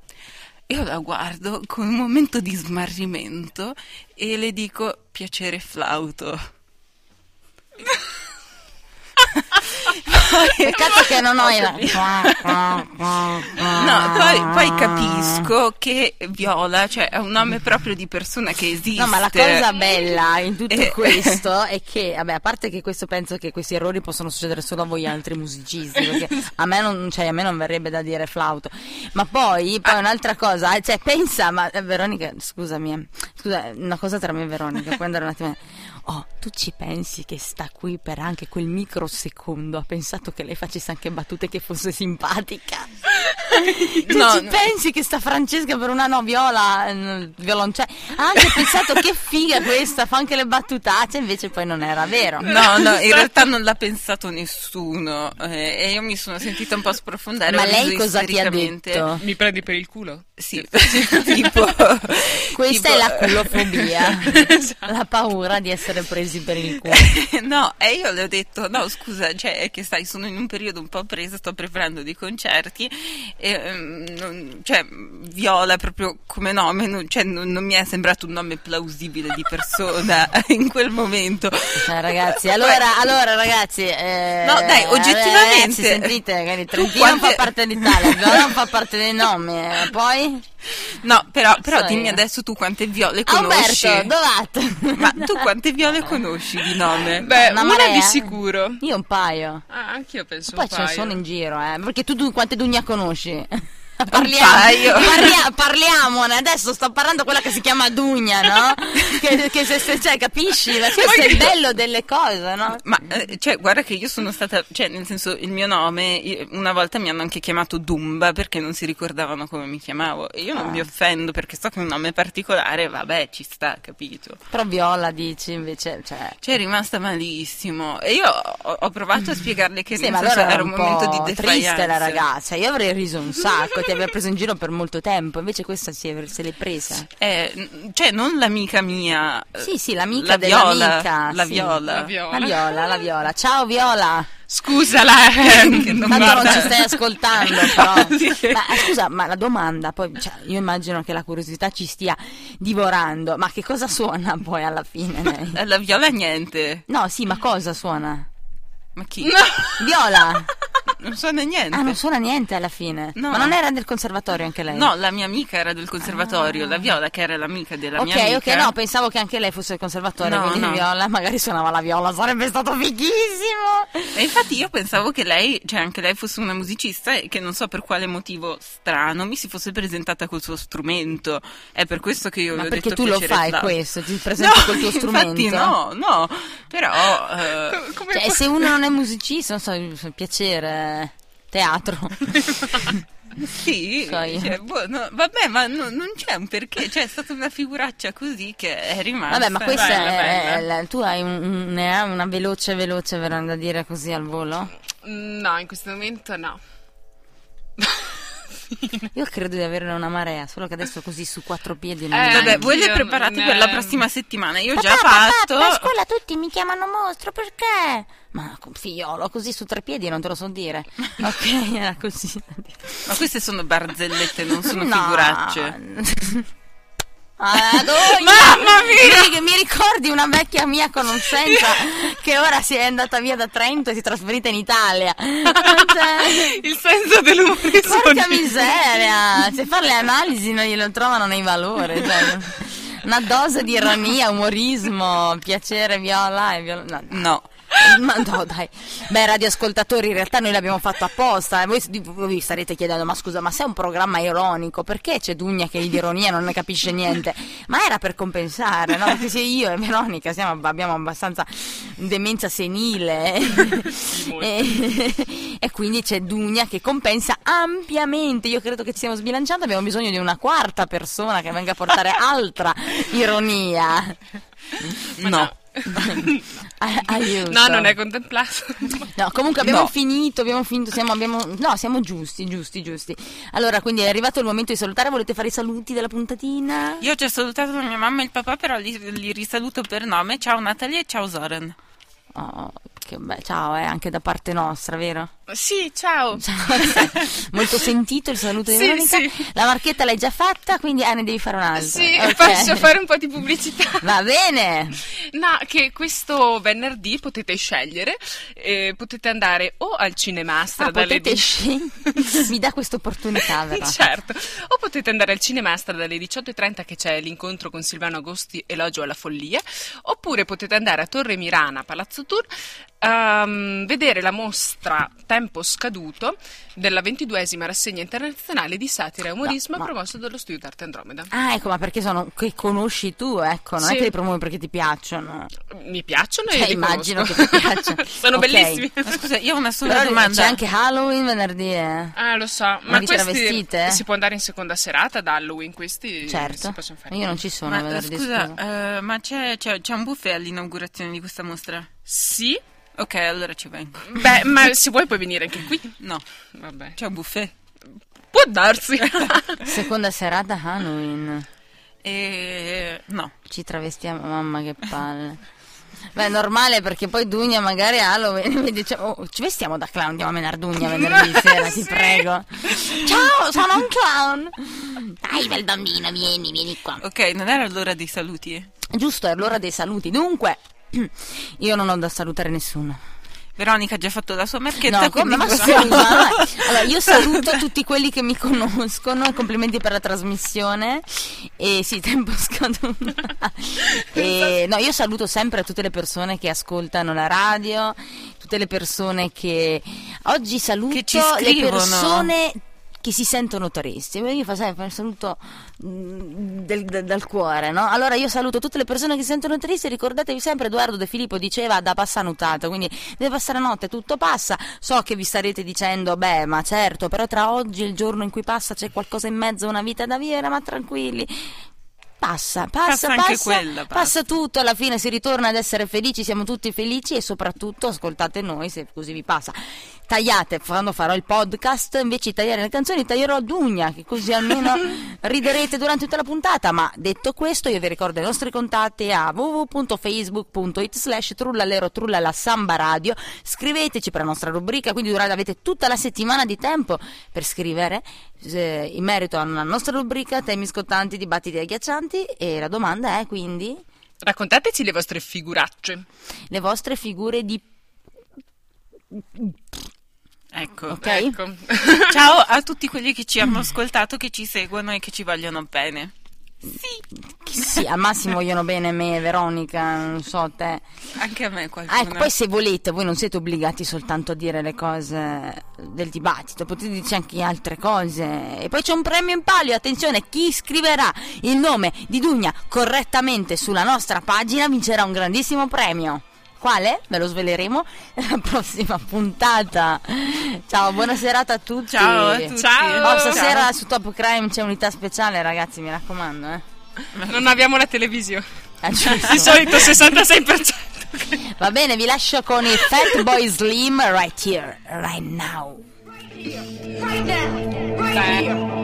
Io la guardo con un momento di smarrimento e le dico piacere flauto. Peccato che non ho il... No, poi, Ah. poi capisco che Viola, cioè, è un nome proprio di persona che esiste. No, ma la cosa bella in tutto Eh. questo è che, vabbè, a parte che questo penso che questi errori possono succedere solo a voi altri musicisti, perché a me non, cioè, a me non verrebbe da dire flauto. Ma poi, poi un'altra cosa, eh, cioè, pensa, ma eh, Veronica, scusami, eh, Scusa, una cosa tra me e Veronica, puoi andare un attimo. Oh, tu ci pensi che sta qui per anche quel microsecondo? Ha pensato che lei facesse anche battute che fosse simpatica. Tu No, ci no. pensi che sta Francesca per una no, viola, eh, violoncello? Ha anche pensato che figa questa, fa anche le battutacce, invece poi non era vero. No, no, in realtà non l'ha pensato nessuno eh, e io mi sono sentita un po' sprofondare. Ma ho lei riso cosa ti ha istericamente. detto? Mi prendi per il culo? Sì, tipo... Questa tipo- Esatto. è la culofobia, la paura di essere presi per il culo. cioè, eh, No, e io le ho detto, no scusa, cioè è che sai, sono in un periodo un po' presa, sto preparando dei concerti, e, ehm, non- cioè Viola proprio come nome, non, cioè, non, non mi è sembrato un nome plausibile di persona in quel momento. Cioè, ragazzi, allora, allora ragazzi, eh, No, dai, allora, oggettivamente- ragazzi, sentite, magari Tu Trentino quante- fa parte d'Italia, non fa parte dei nomi, eh, poi No, però, però So dimmi io. adesso tu quante Viole Ah, conosci. Umberto, dov'è? Ma tu quante Viole conosci di nome? Beh, Una una, marea. di sicuro. Io un paio. Ah, anch'io Certo, penso Poi un ce ne paio. sono in giro, eh, perché tu, du- quante Dugna conosci? Parliamo, paio. parlia- parliamone, adesso sto parlando quella che si chiama Dugna, no? Che, che se, se- cioè, capisci? Ma Questo è il bello delle cose, no? Ma eh, cioè, guarda che io sono stata, cioè, nel senso, il mio nome, io- una volta mi hanno anche chiamato Dumba perché non si ricordavano come mi chiamavo. E Ah. io non mi offendo perché so che è un nome particolare, vabbè, ci sta, capito? Però Viola dici invece, cioè... Cioè, è rimasta malissimo. E io ho, ho provato a spiegarle che Mm. Sì, nel ma senso, allora era cioè, era un, un momento po' di triste la defianza. ragazza. Io avrei riso un sacco, ti aveva preso in giro per molto tempo, invece questa si è- se l'è presa. Eh, n- cioè, non l'amica mia. eh, Sì, sì, l'amica la dell'amica, Viola, La sì. viola. La Viola. La Viola, la Viola. Ciao Viola. Scusala, eh, che non Tanto guarda. non ci stai ascoltando, però. Sì. Ma eh, scusa, ma la domanda, poi cioè, io immagino che la curiosità ci stia divorando, ma che cosa suona poi alla fine lei? Eh, La viola niente. No, sì, ma cosa suona? Ma chi? Viola! Non suona niente. Ah, non suona niente alla fine. No. Ma non era del conservatorio anche lei? Ah. No, la mia amica era del conservatorio, la Viola che era l'amica della ok, mia amica. ok, no, pensavo che anche lei fosse il conservatorio, No, quindi no. viola, magari suonava la viola, sarebbe stato fighissimo. E infatti io pensavo che lei, cioè anche lei fosse una musicista e che non so per quale motivo strano mi si fosse presentata col suo strumento. È per questo che io Ma le ho perché detto tu lo piacere fai stato. questo, ti presenti No, col tuo Infatti strumento? no, no, però eh, Come Cioè, può- se uno non è musicista, non so, piacere, teatro. sì, So io. cioè, boh, no, vabbè, ma no- non c'è un perché, cioè è stata una figuraccia così che è rimasta. Vabbè, ma questa bella, è, bella. la- tu hai un- un- ne hai una veloce, veloce, veramente da dire così al volo? Mm, No, in questo momento no. Io credo di averne una marea, solo che adesso così su quattro piedi non Eh, ne Vabbè, vengo. voi le Io preparate non- per la prossima settimana, io ho già Papà, papà, fatto. a scuola tutti mi chiamano mostro, perché? Ma figliolo, così su tre piedi non te lo so dire. Ok, era così. Ma queste sono barzellette, non sono No. figuracce. Ah, dove- Mamma Mi, mi ricordi una vecchia mia conoscenza che ora si è andata via da Trento e si è trasferita in Italia. Cioè, Il senso dell'umore porca miseria! Se fa le analisi non glielo trovano nei valori. cioè, una dose di ironia, umorismo, piacere, viola e viola. no, No. ma no, dai. Beh, radioascoltatori, in realtà noi l'abbiamo fatto apposta. E voi, voi vi starete chiedendo: ma scusa, ma sei un programma ironico? Perché c'è Dugna che di ironia non ne capisce niente? Ma era per compensare, no? Perché se io e Veronica siamo- abbiamo abbastanza demenza senile. eh. e, e quindi c'è Dugna che compensa ampiamente. Io credo che ci stiamo sbilanciando. Abbiamo bisogno di una quarta persona che venga a portare altra ironia. No. A- aiuto. No, non è contemplato. No, comunque abbiamo No. finito, abbiamo finito, siamo, abbiamo, no, siamo giusti, giusti, giusti. Allora, quindi è arrivato il momento di salutare, volete fare i saluti della puntatina? Io ho già salutato mia mamma e il papà, però li, li risaluto per nome. Ciao Natalia e ciao Zoran. Oh, che beh, ciao, eh, anche da parte nostra, vero? Sì, ciao. Molto sentito il saluto di Sì, Veronica. sì. La marchetta l'hai già fatta, quindi ah, ne devi fare un'altra. Sì, Ok. posso fare un po' di pubblicità. Va bene. No, che questo venerdì potete scegliere, eh, potete andare o al Cinemastra Ah, dalle potete scegliere. Mi dà questa opportunità, vero? Certo, o potete andare al Cinemastra dalle 18.30 che c'è l'incontro con Silvano Agosti, Elogio alla follia, oppure potete andare a Torre Mirana, Palazzo Tour, ehm, vedere la mostra tempo scaduto della ventiduesima rassegna internazionale di satira e umorismo ma- promossa dallo studio d'arte Andromeda. Ah, ecco, ma perché sono che conosci tu, ecco, non Sì. è che li promuovi perché ti piacciono. Mi piacciono e Cioè, li immagino conosco. che ti piacciono. Sono Ok. bellissimi. Ma scusa, io ho una sola Però domanda. c'è anche Halloween venerdì, eh. Ah, lo so, ma, Ma vi c'era questi vestite? si può andare in seconda serata ad Halloween, questi Eh, si certo. possono fare. Io non ci sono Ma, venerdì, scusa, scusa. eh, ma c'è, c'è- c'è un buffet all'inaugurazione di questa mostra? Sì. Ok, allora ci vengo. Beh, ma se vuoi puoi venire anche qui. No, Vabbè. c'è un buffet. Può darsi. eh. Seconda serata Halloween. E... No. Ci travestiamo, mamma che palle. Beh, è normale perché poi Dugna magari ha Halloween e dice "Oh, ci vestiamo da clown, andiamo a Menardugna venerdì sera, ti Sì. prego. Ciao, sono un clown. Dai, bel bambino, vieni, vieni qua. Ok, non era l'ora dei saluti. eh. Giusto, è l'ora dei saluti. Dunque, io non ho da salutare nessuno. Veronica ha già fatto la sua marchetta. No, come quindi ma possiamo- scusa, ma- Allora, io saluto tutti quelli che mi conoscono e complimenti per la trasmissione. E sì, tempo scaduto. E, no, io saluto sempre tutte le persone che ascoltano la radio, tutte le persone che oggi saluto Che ci le scrivono. persone che si sentono tristi. Io fa sempre un saluto mh, del- del- dal cuore, no? Allora io saluto tutte le persone che si sentono tristi, ricordatevi sempre Edoardo De Filippo diceva da passanutato, quindi deve passare notte, tutto passa. So che vi starete dicendo "Beh, ma certo, però tra oggi e il giorno in cui passa c'è qualcosa in mezzo, una vita da vivere, ma tranquilli". Passa, passa, Passa passa, anche quella, passa. passa tutto, alla fine si ritorna ad essere felici, siamo tutti felici e soprattutto ascoltate noi se così vi passa. Tagliate, quando farò il podcast, invece di tagliare le canzoni, taglierò Dugna, che così almeno riderete durante tutta la puntata. Ma detto questo, io vi ricordo i nostri contatti a www.facebook.it slash trullalero trullala samba radio. Scriveteci per la nostra rubrica, quindi durante, avete tutta la settimana di tempo per scrivere eh, in merito alla nostra rubrica temi scottanti, dibattiti agghiaccianti. E la domanda è quindi Raccontateci le vostre figuracce. le vostre figure di... Ecco. Ok. Ecco. Ciao a tutti quelli che ci hanno ascoltato, che ci seguono e che ci vogliono bene. Chi sì, al massimo vogliono bene me, Veronica, non so te. Anche a me Ah, qualcuno. ecco, poi se volete, voi non siete obbligati soltanto a dire le cose del dibattito, potete dirci anche altre cose. E poi c'è un premio in palio, attenzione, chi scriverà il nome di Dugna correttamente sulla nostra pagina vincerà un grandissimo premio. Quale? Ve lo sveleremo nella prossima puntata. Ciao, buona serata a tutti. Ciao a tutti. Ciao. Oh, stasera su Top Crime c'è unità speciale, ragazzi, mi raccomando, eh. Non abbiamo la televisione. Ah, giusto. Di solito 66%. Va bene, vi lascio con i Fat Boy Slim right here, right now. Right now, right here,